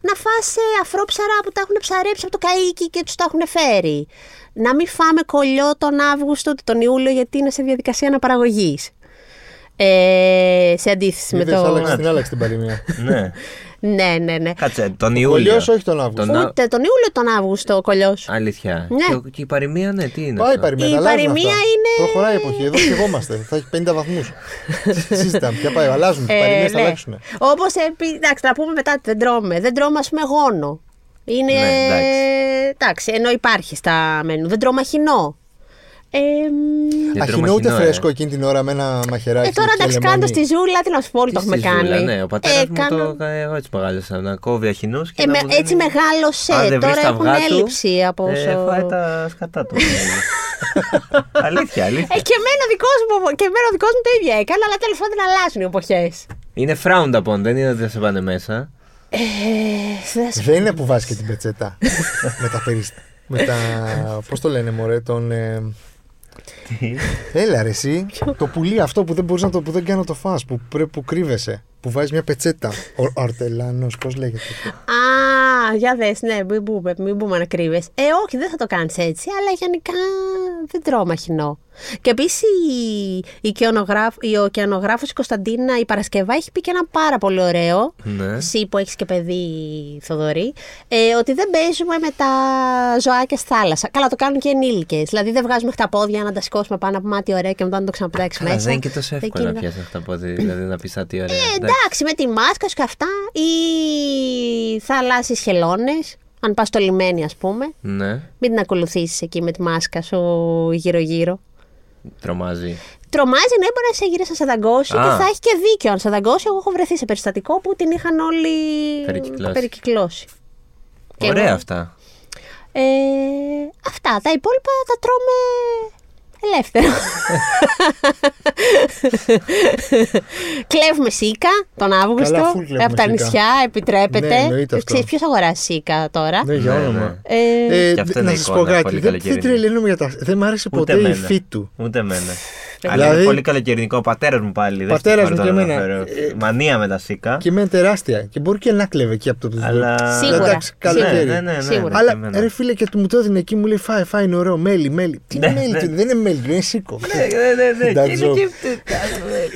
Speaker 3: να φας ε, αφρόψαρα που τα έχουν ψαρέψει από το καίκι και τους τα έχουν φέρει. Να μην φάμε κολλιό τον Αύγουστο ούτε τον Ιούλιο, γιατί είναι σε διαδικασία αναπαραγωγής. Ε, σε αντίθεση με
Speaker 1: Είδες,
Speaker 3: το.
Speaker 1: άλλαξε την άλλαξε την παροιμία.
Speaker 2: Ναι.
Speaker 3: Ναι, ναι, ναι.
Speaker 2: Κάτσε, τον Ιούλιο.
Speaker 1: Κολλιός, όχι τον Αύγουστο.
Speaker 2: Ε, Τον Α-
Speaker 3: Ούτε τον Ιούλιο τον Αύγουστο ο κολιός.
Speaker 2: Αλήθεια.
Speaker 3: Ναι.
Speaker 2: Και, και η παροιμία, ναι, τι είναι.
Speaker 1: Πάει η
Speaker 2: αυτό?
Speaker 1: παροιμία.
Speaker 3: Η
Speaker 1: τα αλλάζουν
Speaker 3: παροιμία
Speaker 1: αυτά.
Speaker 3: είναι-
Speaker 1: Προχωράει η εποχή. Εδώ σκευόμαστε. θα έχει 50 βαθμούς. Συζητάμε. Πια πάει. Αλλάζουν.
Speaker 3: Ε,
Speaker 1: Τι παροιμίε
Speaker 3: ναι.
Speaker 1: θα αλλάξουν.
Speaker 3: Όπω ε, εντάξει, να πούμε μετά ότι δεν τρώμε. Δεν τρώμε, ας πούμε, γόνο. Είναι.
Speaker 2: Ναι, εντάξει.
Speaker 3: εντάξει, ενώ υπάρχει στα μενού. Δεν τρώμε αχινό. Ε, μ,
Speaker 2: Δεν τρώμε
Speaker 1: Αχινό ούτε
Speaker 2: αχινό, ε.
Speaker 1: φρέσκο εκείνη την ώρα με ένα μαχαιράκι.
Speaker 3: ε, τώρα
Speaker 1: και
Speaker 3: εντάξει,
Speaker 1: λεμόνι.
Speaker 3: κάτω στη ζούλα, τι να σου πω, όλοι
Speaker 2: Τι
Speaker 3: το έχουμε
Speaker 2: στη ζούλα,
Speaker 3: κάνει.
Speaker 2: Ναι, ο πατέρας
Speaker 3: Ε,
Speaker 2: μου
Speaker 3: κάνω-
Speaker 2: το. ε, Εγώ έτσι μεγάλωσα. Να κόβει αχινούς και.
Speaker 3: Ε,
Speaker 2: να
Speaker 3: με-
Speaker 2: μου
Speaker 3: έτσι
Speaker 2: δίνει-
Speaker 3: μεγάλωσε.
Speaker 2: Αν δεν βρεις
Speaker 3: Τώρα
Speaker 2: τα
Speaker 3: έχουν
Speaker 2: αυγά του,
Speaker 3: έλλειψη από
Speaker 2: ε,
Speaker 3: όσο.
Speaker 2: Φάει τα σκατά του. αλήθεια, αλήθεια.
Speaker 3: Ε, και εμένα ο δικός μου, και εμένα ο δικός μου το ίδιο έκανε, αλλά τέλος πάντων αλλάζουν οι εποχές.
Speaker 2: Είναι frowned upon, δεν είναι ότι θα σε πάνε μέσα.
Speaker 3: Ε,
Speaker 1: Δεν είναι που βάζεις και την πετσέτα. με τα περί... Με τα... Πώς το λένε μωρέ, τον... ε, Έλα ρε εσύ, το πουλί αυτό που δεν μπορείς να το... που δεν κάνω το φας, που, πρέ- που κρύβεσαι. Που βάζεις μια πετσέτα. Ο αρτελάνος, πώς λέγεται.
Speaker 3: Α, Α, για δες, ναι, μην πούμε, μην πούμε να κρύβεσαι. Ε, όχι, δεν θα το κάνεις έτσι, αλλά γενικά δεν τρώω μαχινό. Και επίσης η, η, ωκεανογράφ- η ωκεανογράφος η Κωνσταντίνα η Παρασκευά έχει πει και ένα πάρα πολύ ωραίο.
Speaker 2: Ναι.
Speaker 3: Εσύ που έχεις και παιδί, Θοδωρή, ε, ότι δεν παίζουμε με τα ζωάκια στη θάλασσα. Καλά, το κάνουν και ενήλικες. Δηλαδή δεν βγάζουμε τα πόδια να τα σηκώσουμε πάνω από μάτι, ωραία, και μετά να το ξαναπετάξουμε
Speaker 2: Καλά,
Speaker 3: μέσα.
Speaker 2: δεν είναι και τόσο
Speaker 3: Δεν
Speaker 2: εύκολο να
Speaker 3: κινδυ-
Speaker 2: πιάσεις αυτά από ότι δηλαδή να πεις τι ωραία.
Speaker 3: ε,
Speaker 2: εντάξει.
Speaker 3: εντάξει, με τη μάσκα σου και αυτά, ή θαλάσσιες χελώνες, αν πας στο λιμένι ας πούμε.
Speaker 2: Ναι,
Speaker 3: Μην την ακολουθήσεις εκεί με τη μάσκα σου γύρω-γύρω.
Speaker 2: τρομάζει.
Speaker 3: Τρομάζει, ναι, μπορεί να σε γυρίσει να σε δαγκώσει
Speaker 2: Α.
Speaker 3: και θα έχει και δίκιο αν σε δαγκώσει. Εγώ έχω βρεθεί σε περιστατικό που την είχαν όλοι
Speaker 2: Περικυκλώσει.
Speaker 3: περικυκλώσει. Και
Speaker 2: Ωραία
Speaker 3: εγώ.
Speaker 2: αυτά.
Speaker 3: Ε, αυτά. Τα υπόλοιπα τα τρώμε ελεύθερα. Κλέβουμε σίκα τον Αύγουστο
Speaker 1: Καλά, full κλέβουμε
Speaker 3: από τα
Speaker 1: σίκα.
Speaker 3: νησιά, επιτρέπεται.
Speaker 1: Ναι, εννοείται αυτό.
Speaker 3: Ξέρεις ποιος αγοράζει σίκα τώρα.
Speaker 1: Ναι, για
Speaker 2: Ναι,
Speaker 1: όνομα.
Speaker 2: ναι.
Speaker 3: Ε,
Speaker 1: Ε,
Speaker 2: Και αυτό
Speaker 1: να
Speaker 2: είναι
Speaker 1: σας
Speaker 2: εικόνα,
Speaker 1: πω κάτι.
Speaker 2: πολύ
Speaker 1: Δεν, δεν
Speaker 2: καλοκαιρινή.
Speaker 1: τρελαίνομαι για τα. Δεν μ' άρεσε ποτέ η
Speaker 2: εμένα.
Speaker 1: υφή του.
Speaker 2: Ούτε εμένα. Αλλά
Speaker 1: Δηλαδή-
Speaker 2: είναι πολύ καλοκαιρινικό. Ο πατέρας μου πάλι. δεν
Speaker 1: Πατέρας
Speaker 2: ξέρω
Speaker 1: μου
Speaker 2: τώρα
Speaker 1: και
Speaker 2: να
Speaker 1: εμένα. Ε,
Speaker 2: αναφέρω. Μανία με τα σίκα.
Speaker 1: Και με τεράστια. Και μπορεί και να κλέβε εκεί από το
Speaker 2: Αλλά...
Speaker 3: Σίγουρα.
Speaker 1: Εντάξει, καλοκαίρι.
Speaker 2: Ναι, ναι, ναι, ναι,
Speaker 3: Σίγουρα.
Speaker 2: ναι,
Speaker 1: Αλλά
Speaker 2: εμένα.
Speaker 1: ρε φίλε και του μου το έδινε εκεί μου λέει φάε, φάε είναι ωραίο, μέλι, μέλι. Τι
Speaker 2: Ναι,
Speaker 1: μέλι,
Speaker 2: ναι.
Speaker 1: του, δεν είναι μέλι, του, είναι σίκο.
Speaker 2: Ναι, ναι, ναι, ναι.
Speaker 1: Τα
Speaker 2: Και είναι
Speaker 1: joke.
Speaker 2: και-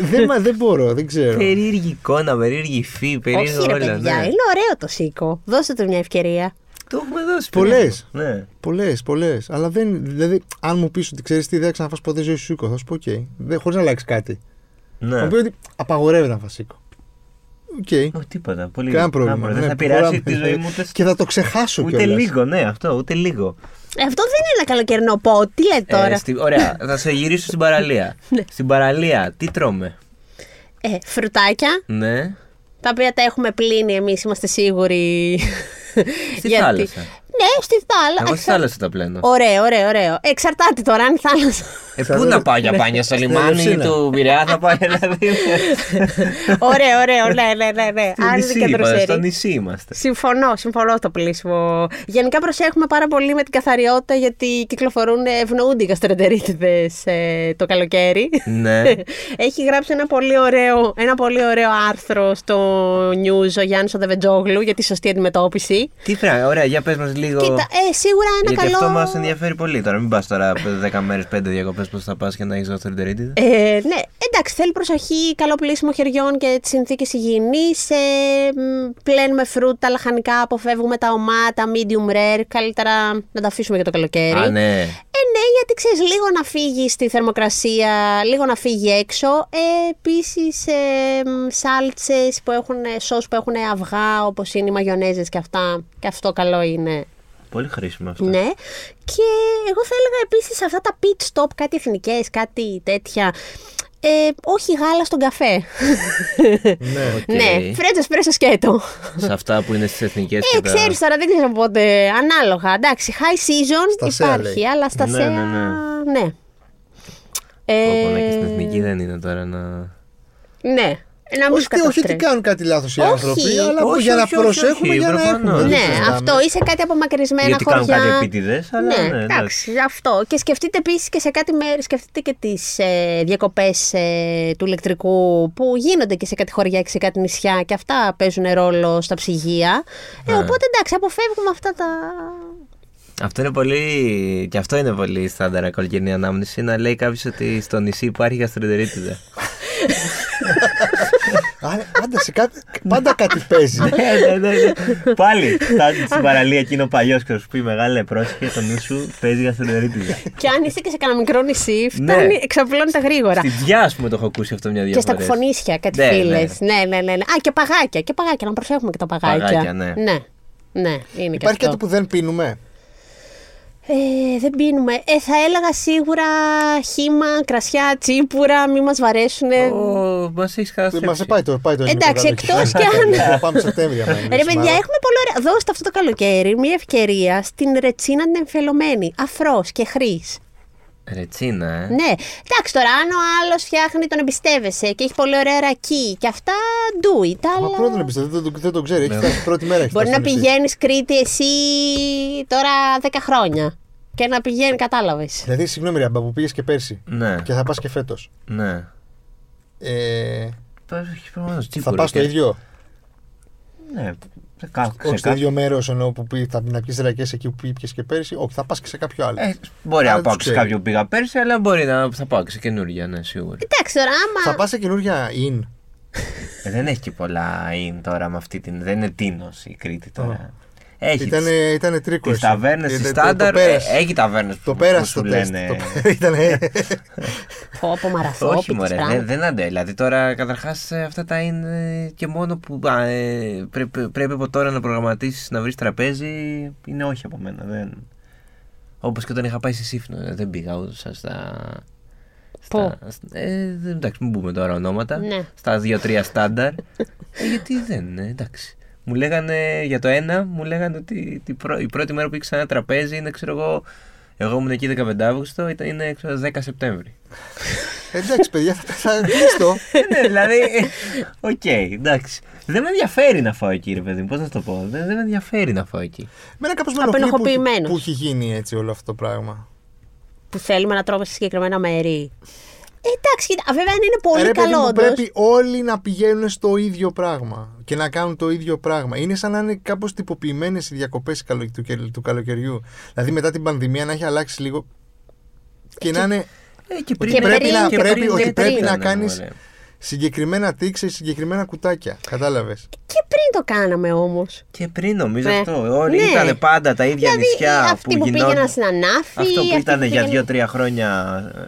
Speaker 1: δεν, μα, δεν μπορώ, δεν ξέρω.
Speaker 2: Περίεργη εικόνα, περίεργη υφή,
Speaker 1: Ε,
Speaker 2: περίεργο
Speaker 3: Όχι ρε
Speaker 2: όλα.
Speaker 3: παιδιά,
Speaker 2: ναι.
Speaker 3: είναι ωραίο το σίκο. Δώστε του μια ευκαιρία.
Speaker 2: Το έχουμε δώσει.
Speaker 1: Πολλές.
Speaker 2: πριν. Ναι.
Speaker 1: Πολλές, πολλές. Αλλά δεν. Δηλαδή, αν μου πεις ότι ξέρεις τι, δεν θα ξαναφάς ποτέ ζωή σου σίκο, θα σου πω οκ. Χωρίς να αλλάξει κάτι. Θα
Speaker 2: Ναι.
Speaker 1: μου πει ότι απαγορεύεται να φας σίκο. Οκ.
Speaker 2: Όχι, τίποτα. Πολύ
Speaker 1: Κανένα πρόβλημα.
Speaker 2: άμορο. Δεν
Speaker 1: Ναι,
Speaker 2: θα πειράσει
Speaker 1: προχωράμε.
Speaker 2: τη ζωή μου ούτε,
Speaker 1: Και θα το ξεχάσω
Speaker 2: ούτε
Speaker 1: κιόλας.
Speaker 2: λίγο. Ναι, αυτό, ούτε λίγο.
Speaker 3: Ε, αυτό δεν είναι ένα καλοκαιρινό πό. Τι λέτε
Speaker 2: Ε,
Speaker 3: τώρα. Ναι.
Speaker 2: στη- ωραία, θα σε γυρίσω στην παραλία. στην παραλία, τι τρώμε.
Speaker 3: Ε, φρουτάκια,
Speaker 2: Ναι.
Speaker 3: τα οποία τα έχουμε πλύνει εμείς, είμαστε σίγουροι.
Speaker 2: Στη
Speaker 3: Γιατί-
Speaker 2: θάλασσα.
Speaker 3: Ναι, στη θάλασσα.
Speaker 2: Εγώ στη θάλασσα τα πλένω.
Speaker 3: Ωραίο, ωραίο, ωραίο. Εξαρτάται τώρα αν η θάλασσα.
Speaker 2: Ε, πού να πάω
Speaker 3: Ναι.
Speaker 2: για πάνια στο λιμάνι
Speaker 1: Ελευσίνα.
Speaker 2: του Πειραιά θα πάω δηλαδή.
Speaker 3: ωραίο, ωραίο, ναι, ναι, ναι. ναι.
Speaker 2: Στο
Speaker 3: Άρης
Speaker 2: νησί,
Speaker 3: και
Speaker 2: είπα,
Speaker 3: δροσερή.
Speaker 2: Στο νησί είμαστε.
Speaker 3: Συμφωνώ, συμφωνώ στο πλήσιμο. Γενικά προσέχουμε πάρα πολύ με την καθαριότητα γιατί κυκλοφορούν, ε, ευνοούνται οι γαστρεντερίτιδες ε, το καλοκαίρι.
Speaker 2: Ναι.
Speaker 3: Έχει γράψει ένα πολύ, ωραίο, ένα πολύ ωραίο άρθρο στο news ο Γιάννης Οδεβεντζόγλου για τη σωστή αντιμετώπιση.
Speaker 2: Τι πράγμα, ωραία, για πες μας λίγο.
Speaker 3: Κοίτα, ε, σίγουρα ένα
Speaker 2: γιατί
Speaker 3: καλό...
Speaker 2: αυτό μας ενδιαφέρει πολύ τώρα. Μην πας τώρα 10 μέρε, 5 διακοπές που θα πας και να έχεις δοθρεντερίτιδα.
Speaker 3: Ε, ναι, εντάξει, θέλει προσοχή, καλό πλήσιμο χεριών και τις συνθήκες υγιεινής. Ε, μ, πλένουμε φρούτα, λαχανικά, αποφεύγουμε τα ομάτα, medium rare. Καλύτερα να τα αφήσουμε για το καλοκαίρι.
Speaker 2: Α, ναι.
Speaker 3: Ε, ναι, γιατί ξέρεις, λίγο να φύγει στη θερμοκρασία, λίγο να φύγει έξω. Ε, Επίσης, ε, σάλτσες που έχουν, ε, σως που έχουν αυγά, όπως είναι οι μαγιονέζες και αυτά. Και αυτό καλό είναι.
Speaker 2: Πολύ χρήσιμο αυτό.
Speaker 3: Ναι. Και εγώ θα έλεγα επίσης αυτά τα pit stop, κάτι εθνικές, κάτι τέτοια. Ε, όχι γάλα στον καφέ.
Speaker 1: Ναι.
Speaker 3: Ναι, φρέτζο πρέσο σκέτο.
Speaker 2: Σε αυτά που είναι στις εθνικές
Speaker 3: Ε, ξέρεις τώρα, δεν ξέρω πότε. Ανάλογα. Εντάξει, high season
Speaker 1: Στασέα,
Speaker 3: υπάρχει,
Speaker 1: λέει.
Speaker 3: αλλά στα
Speaker 2: Ναι,
Speaker 3: σέα.
Speaker 2: ναι,
Speaker 3: ναι.
Speaker 2: Όπω και
Speaker 3: Ε,
Speaker 2: στην εθνική δεν είναι τώρα να.
Speaker 3: Ναι. Να μην
Speaker 1: Όχι,
Speaker 3: σου
Speaker 1: τι- όχι ότι
Speaker 3: καταστρέφει.
Speaker 1: κάνουν κάτι λάθος οι
Speaker 3: Όχι.
Speaker 1: άνθρωποι, αλλά που
Speaker 2: Όχι,
Speaker 1: για να
Speaker 2: όχι, όχι,
Speaker 1: προσέχουμε
Speaker 2: όχι,
Speaker 1: για να
Speaker 2: προφανώς.
Speaker 1: έχουμε. δεν
Speaker 3: Ναι,
Speaker 1: συζητάμε.
Speaker 3: αυτό είσαι κάτι απομακρυσμένα
Speaker 2: Γιατί
Speaker 3: χωριά.
Speaker 2: κάνουν κάτι επίτηδες, αλλά ναι,
Speaker 3: ναι,
Speaker 2: εντάξει.
Speaker 3: εντάξει, γι' αυτό. Και σκεφτείτε επίσης και σε κάτι μέρη, σκεφτείτε και τις ε, διακοπές του ηλεκτρικού που γίνονται και σε κάτι χωριά και σε κάτι νησιά και αυτά παίζουν ρόλο στα ψυγεία. Ε, οπότε εντάξει, αποφεύγουμε αυτά τα.
Speaker 2: Αυτό είναι πολύ. και αυτό είναι πολύ στάνταρα κολκινή ανάμνηση να λέει κάποιος ότι στο νησί υπάρχει γαστρεντερίτιδα.
Speaker 1: Άρα, Πάντα, σε κάτι- πάντα κάτι παίζει.
Speaker 2: ναι, ναι, ναι, ναι. Πάλι. Φτάνει στην παραλία εκείνο παλιό και θα σου πει μεγάλε πρόσχε το νου σου παίζει γαστρεντερίτιδα.
Speaker 3: και αν είσαι και σε κανένα μικρό νησί,
Speaker 2: Ναι.
Speaker 3: φτάνει, εξαπλώνει τα γρήγορα.
Speaker 2: Στην πιά, ας πούμε, το έχω ακούσει αυτό μια-δυο
Speaker 3: Και στα
Speaker 2: φορές.
Speaker 3: κουφονίσια, κάτι
Speaker 2: Ναι,
Speaker 3: ναι,
Speaker 2: ναι.
Speaker 3: φίλε. Ναι. Ναι, ναι, ναι, Α, και παγάκια. Και παγάκια, να προσέχουμε και τα παγάκια.
Speaker 2: Παγάκια, ναι.
Speaker 3: ναι. Ναι, είναι και
Speaker 1: Υπάρχει
Speaker 3: αυτό.
Speaker 1: κάτι που δεν πίνουμε.
Speaker 3: Ε, δεν πίνουμε. Ε, θα έλεγα σίγουρα χύμα, κρασιά, τσίπουρα, μη μας βαρέσουν.
Speaker 2: ναι. Ω, Μας έχεις χάσει.
Speaker 1: Μα σε πάει το, πάει το ελληνικό
Speaker 3: Εντάξει,
Speaker 1: καλοκαίρι.
Speaker 3: εκτός κι αν-
Speaker 1: Θα πάμε Σεπτέμβρια. να είναι
Speaker 3: Ε, Ρε παιδιά,
Speaker 1: σοβαρά.
Speaker 3: έχουμε πολύ ωραία. Δώστε αυτό το καλοκαίρι μια ευκαιρία στην ρετσίνα την εμφυλωμένη. Αφρός και χρή.
Speaker 2: Ρετσίνα, ε.
Speaker 3: Ναι. Εντάξει, τώρα αν ο άλλος φτιάχνει, τον εμπιστεύεσαι και έχει πολύ ωραία ρακή και αυτά, do it.
Speaker 1: Μα
Speaker 3: Αλλά...
Speaker 1: πρώτα τον εμπιστεύεται, δεν, τον- δεν τον ξέρει. Έχεις φτάσει πρώτη μέρα. έχεις
Speaker 3: Μπορεί να
Speaker 1: φτάσει στο νησί.
Speaker 3: πηγαίνεις Κρήτη εσύ τώρα 10 χρόνια και να πηγαίνει, κατάλαβες.
Speaker 1: Δηλαδή, συγγνώμη, ρε, αμπά, που πήγες και πέρσι
Speaker 2: Ναι,
Speaker 1: και θα πας και φέτος.
Speaker 2: ναι.
Speaker 1: Ε,
Speaker 2: Πας- όχι, προφανώς,
Speaker 1: θα
Speaker 2: τσίπουρο
Speaker 1: πας το
Speaker 2: και-
Speaker 1: ίδιο.
Speaker 2: Ναι. Κα- σε
Speaker 1: Όχι στο
Speaker 2: κα-
Speaker 1: ίδιο μέρος ενώ που πει- θα να πιεις ρακές εκεί που πήγε και πέρυσι. Όχι, θα πας και σε κάποιο άλλο.
Speaker 2: Ε, μπορεί
Speaker 1: Αλλά
Speaker 2: να
Speaker 1: δεν
Speaker 2: πάω
Speaker 1: τους
Speaker 2: σε
Speaker 1: ξέρει.
Speaker 2: κάποιο που πήγα πέρσι, αλλά μπορεί να θα πάω και σε καινούργια, ναι, σίγουρα.
Speaker 3: Εντάξει τώρα, άμα.
Speaker 1: Θα πας σε καινούργια in.
Speaker 2: Ε, δεν έχει και πολλά in τώρα με αυτή την. Δεν είναι τίνο η Κρήτη τώρα. Έχει
Speaker 1: Ήταν
Speaker 2: τις-
Speaker 1: ήτανε τρίκο.
Speaker 2: τις
Speaker 1: εσύ.
Speaker 2: ταβέρνες,
Speaker 1: Ήταν-
Speaker 2: τις
Speaker 1: το-
Speaker 2: στάνταρ,
Speaker 1: Το πέρασε.
Speaker 2: ε, έχει ταβέρνες
Speaker 1: Το
Speaker 2: που, που
Speaker 1: πέρασε
Speaker 2: σου
Speaker 1: το τεστ.
Speaker 2: λένε...
Speaker 1: Το- Ήτανε-
Speaker 3: Πω, πω,
Speaker 2: Όχι
Speaker 3: μαραθώπικη,
Speaker 2: μωρέ,
Speaker 3: πράγμα.
Speaker 2: δεν, δεν αντέ, δηλαδή τώρα καταρχάς ε, αυτά τα είναι και μόνο που α, ε, πρέπει, πρέπει από τώρα να προγραμματίσεις να βρεις τραπέζι είναι όχι από μένα, δεν... Όπως και όταν είχα πάει στη Σύφνο, ε, δεν πήγα ούτε στα... στα-
Speaker 3: Πού?
Speaker 2: στα- ε, δεν- εντάξει, μην πούμε τώρα ονόματα.
Speaker 3: Ναι.
Speaker 2: Στα δύο-τρία στάνταρ. ε, γιατί δεν, είναι, εντάξει. Μου λέγανε για το ένα, μου λέγανε ότι την πρω- η πρώτη μέρα που ήξερα ένα τραπέζι είναι, ξέρω εγώ, εγώ ήμουν εκεί 15 Αύγουστο, ήταν, είναι ξέρω, 10 Σεπτέμβρη.
Speaker 1: Ε, Εντάξει, παιδιά, θα- θα κλείστο.
Speaker 2: ναι, δηλαδή. ε, Οκ, εντάξει. Δεν με ενδιαφέρει να φάω εκεί, ρε παιδί μου. Πώς να σου το πω. Δεν, δεν με ενδιαφέρει να φάω εκεί.
Speaker 1: Μένα κάπω με ενοχλεί που, έχει-
Speaker 3: Απενοχοποιημένος.
Speaker 1: που έχει γίνει έτσι όλο αυτό το πράγμα.
Speaker 3: Που θέλουμε να τρώμε σε συγκεκριμένα μέρη. Ε, εντάξει, κοίτα, α, βέβαια αν είναι πολύ
Speaker 1: Ε, ρε, παιδί
Speaker 3: καλό
Speaker 1: μου,
Speaker 3: όντως.
Speaker 1: πρέπει όλοι να πηγαίνουν στο ίδιο πράγμα και να κάνουν το ίδιο πράγμα. Είναι σαν να είναι κάπως τυποποιημένες οι διακοπές του, κε- του καλοκαιριού. Δηλαδή μετά την πανδημία να έχει αλλάξει λίγο. Και να είναι
Speaker 2: Ε, και
Speaker 1: Και πρέπει
Speaker 3: πριν,
Speaker 1: να-
Speaker 3: και
Speaker 1: πρέπει-
Speaker 3: πριν,
Speaker 1: ότι
Speaker 3: και
Speaker 1: πρέπει
Speaker 3: πριν.
Speaker 1: να
Speaker 2: Ναι,
Speaker 1: κάνεις
Speaker 2: μωρέ.
Speaker 1: συγκεκριμένα τίξε, συγκεκριμένα κουτάκια. Κατάλαβες.
Speaker 3: Και πριν το κάναμε όμως.
Speaker 2: Και πριν νομίζω
Speaker 3: Ναι.
Speaker 2: αυτό. Όλοι
Speaker 3: Ναι.
Speaker 2: ήταν πάντα τα ίδια
Speaker 3: Δηλαδή,
Speaker 2: νησιά
Speaker 3: αυτοί που
Speaker 2: γινόταν-
Speaker 3: πήγαιναν στην Ανάφη,
Speaker 2: Αυτό
Speaker 3: αυτοί
Speaker 2: που ήταν
Speaker 3: που
Speaker 2: για
Speaker 3: πήγαιναν-
Speaker 2: δύο-τρία χρόνια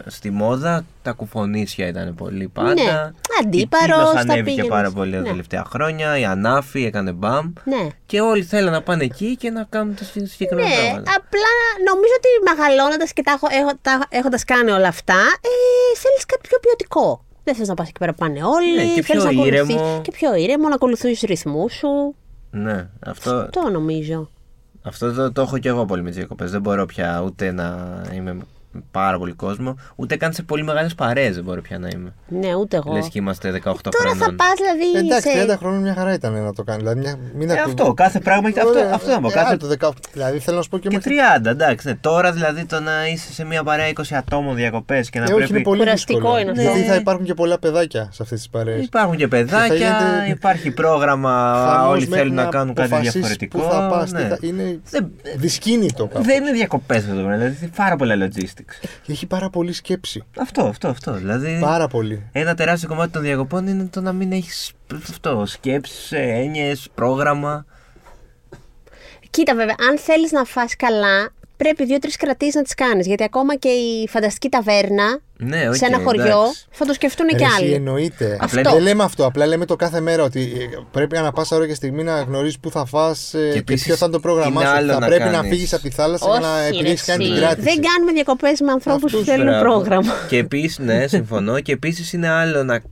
Speaker 2: ε, στη μόδα, τα κουφονίσια ήταν πολύ πάντα.
Speaker 3: Ναι.
Speaker 2: Η
Speaker 3: Αντίπαρος,
Speaker 2: Πύλος
Speaker 3: τα
Speaker 2: ανέβηκε
Speaker 3: πήγαινες.
Speaker 2: πάρα πολύ τα
Speaker 3: Ναι.
Speaker 2: τελευταία χρόνια. Η Ανάφη έκανε μπαμ.
Speaker 3: Ναι.
Speaker 2: Και όλοι θέλαν να πάνε εκεί και να κάνουν τα συγκεκριμένα
Speaker 3: Ναι,
Speaker 2: πράγματα.
Speaker 3: απλά νομίζω ότι μεγαλώνοντας και τα, έχω- έχο- τα έχοντας κάνει όλα αυτά, ε, θέλεις κάτι πιο ποιοτικό. Δεν θες να πας εκεί πέρα που πάνε όλοι.
Speaker 2: Ναι, και
Speaker 3: θέλεις
Speaker 2: πιο
Speaker 3: να ακολουθείς-
Speaker 2: ήρεμο.
Speaker 3: Και πιο ήρεμο, να ακολουθείς τους ρυθμούς σου.
Speaker 2: Ναι, αυτό,
Speaker 3: Το νομίζω.
Speaker 2: Αυτό το, το έχω και εγώ πολύ με τις διακοπές. Δεν μπορώ πια ούτε να είμαι με πάρα πολύ κόσμο, ούτε καν σε πολύ μεγάλες παρέες δεν μπορώ πια να είμαι.
Speaker 3: Ναι, ούτε εγώ.
Speaker 2: Λες και είμαστε 18
Speaker 3: Τώρα θα
Speaker 2: χρονών.
Speaker 3: πας, δηλαδή.
Speaker 1: Εντάξει,
Speaker 3: σε-
Speaker 1: 30 χρόνια μια χαρά ήταν να το κάνει. Δηλαδή, μια, μην
Speaker 2: Ε,
Speaker 1: ακού-
Speaker 2: αυτό, κάθε πράγμα έχει αυτό,
Speaker 1: Ωραία,
Speaker 2: αυτό να πω.
Speaker 1: ε,
Speaker 2: Κάθε...
Speaker 1: άλλο το 18, δηλαδή θέλω να σου πω και
Speaker 2: Και
Speaker 1: μέχρι.
Speaker 2: 30, εντάξει. Ναι. Τώρα δηλαδή το να είσαι σε μια παρέα 20 ατόμων διακοπές και να
Speaker 1: Ε, όχι,
Speaker 2: πρέπει.
Speaker 1: είναι πολύ
Speaker 3: Κουραστικό
Speaker 1: δύσκολο.
Speaker 3: είναι αυτό.
Speaker 1: Γιατί
Speaker 2: Ναι.
Speaker 1: θα υπάρχουν και πολλά παιδάκια σε αυτές τις παρέες.
Speaker 2: Υπάρχουν και
Speaker 1: Θα
Speaker 2: παιδάκια,
Speaker 1: γίνεται
Speaker 2: υπάρχει
Speaker 3: Ε,
Speaker 2: πρόγραμμα,
Speaker 1: Χαμός
Speaker 2: όλοι
Speaker 1: μέχρι
Speaker 2: θέλουν να, κάνουν κάτι
Speaker 1: αποφασίσεις
Speaker 2: διαφορετικό.
Speaker 1: Πού θα πας, τι
Speaker 2: ναι.
Speaker 1: θα- είναι
Speaker 2: Δεν-
Speaker 1: δυσκίνητο κάπως.
Speaker 2: Δεν είναι διακοπές εδώ, δηλαδή είναι πάρα πολλά logistics.
Speaker 1: Και Έχει πάρα πολύ σκέψη.
Speaker 2: Αυτό, αυτό, αυτό. Δηλαδή...
Speaker 1: Πάρα πολύ.
Speaker 2: Ένα τεράστιο κομμάτι των διακοπών είναι το να μην έχεις αυτό. Σκέψεις, έννοιες, πρόγραμμα.
Speaker 3: Κοίτα, βέβαια, αν θέλεις να φας καλά, πρέπει δύο-τρει κρατήσεις να τις κάνεις. Γιατί ακόμα και η φανταστική ταβέρνα
Speaker 2: Ναι, οκ,
Speaker 3: σε ένα χωριό
Speaker 2: εντάξει.
Speaker 3: θα το σκεφτούν
Speaker 1: Ρε,
Speaker 3: και
Speaker 1: Ε, εσύ,
Speaker 3: άλλοι.
Speaker 1: εννοείται.
Speaker 3: Αυτό.
Speaker 1: Δεν λέμε αυτό. Απλά λέμε το κάθε μέρα ότι ε, πρέπει ανά πάσα ώρα και στιγμή να γνωρίζεις πού θα φας ε, και,
Speaker 2: επίσης
Speaker 1: ποιο θα είναι το πρόγραμμά
Speaker 2: είναι
Speaker 1: σου.
Speaker 2: άλλο
Speaker 1: Θα
Speaker 2: να
Speaker 1: πρέπει να
Speaker 2: κάνεις.
Speaker 1: φύγεις από τη θάλασσα για να
Speaker 3: ρε,
Speaker 1: επιλέξεις κάνει
Speaker 3: εσύ.
Speaker 1: την κράτηση.
Speaker 3: Δεν κάνουμε διακοπές με ανθρώπους που
Speaker 1: Αυτούς,
Speaker 3: θέλουν
Speaker 2: Μπράβο.
Speaker 3: πρόγραμμα.
Speaker 2: Και επίσης, ναι, συμφωνώ. και επίσης είναι άλλο να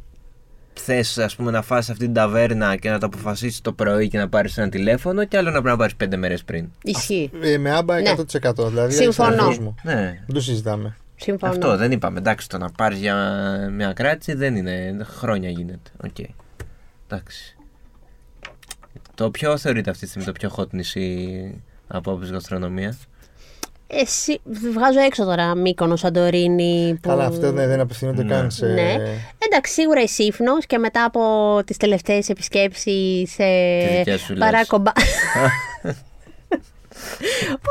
Speaker 2: θες, ας πούμε, να φας αυτή την ταβέρνα και να το αποφασίσεις το πρωί και να πάρεις ένα τηλέφωνο, και άλλο να πρέπει να πάρεις πέντε μέρες πριν.
Speaker 3: Ισχύει.
Speaker 1: Ε, με άμπα 100%. Δηλαδή,
Speaker 3: Ναι. Συμφωνώ.
Speaker 1: αριθμός μου.
Speaker 2: Ναι.
Speaker 1: Δεν το συζητάμε.
Speaker 3: Συμφωνώ.
Speaker 2: Αυτό δεν είπαμε. Εντάξει, το να πάρεις για μια κράτηση δεν είναι. Χρόνια γίνεται. Οκ. Εντάξει. Το ποιο θεωρείται αυτή τη στιγμή το πιο hot νησί από άποψη γαστρονομία.
Speaker 3: Εσύ, βγάζω έξω τώρα Μύκονο, Σαντορίνη. Που...
Speaker 1: Καλά, αυτό ναι, δεν απευθύνονται καν σε.
Speaker 3: Ναι.
Speaker 2: Ε.
Speaker 3: Εντάξει, σίγουρα η Σύφνος και μετά από τις τελευταίες επισκέψεις
Speaker 2: Τις
Speaker 3: σε
Speaker 2: δικές σου, λες.
Speaker 3: παράκομπα...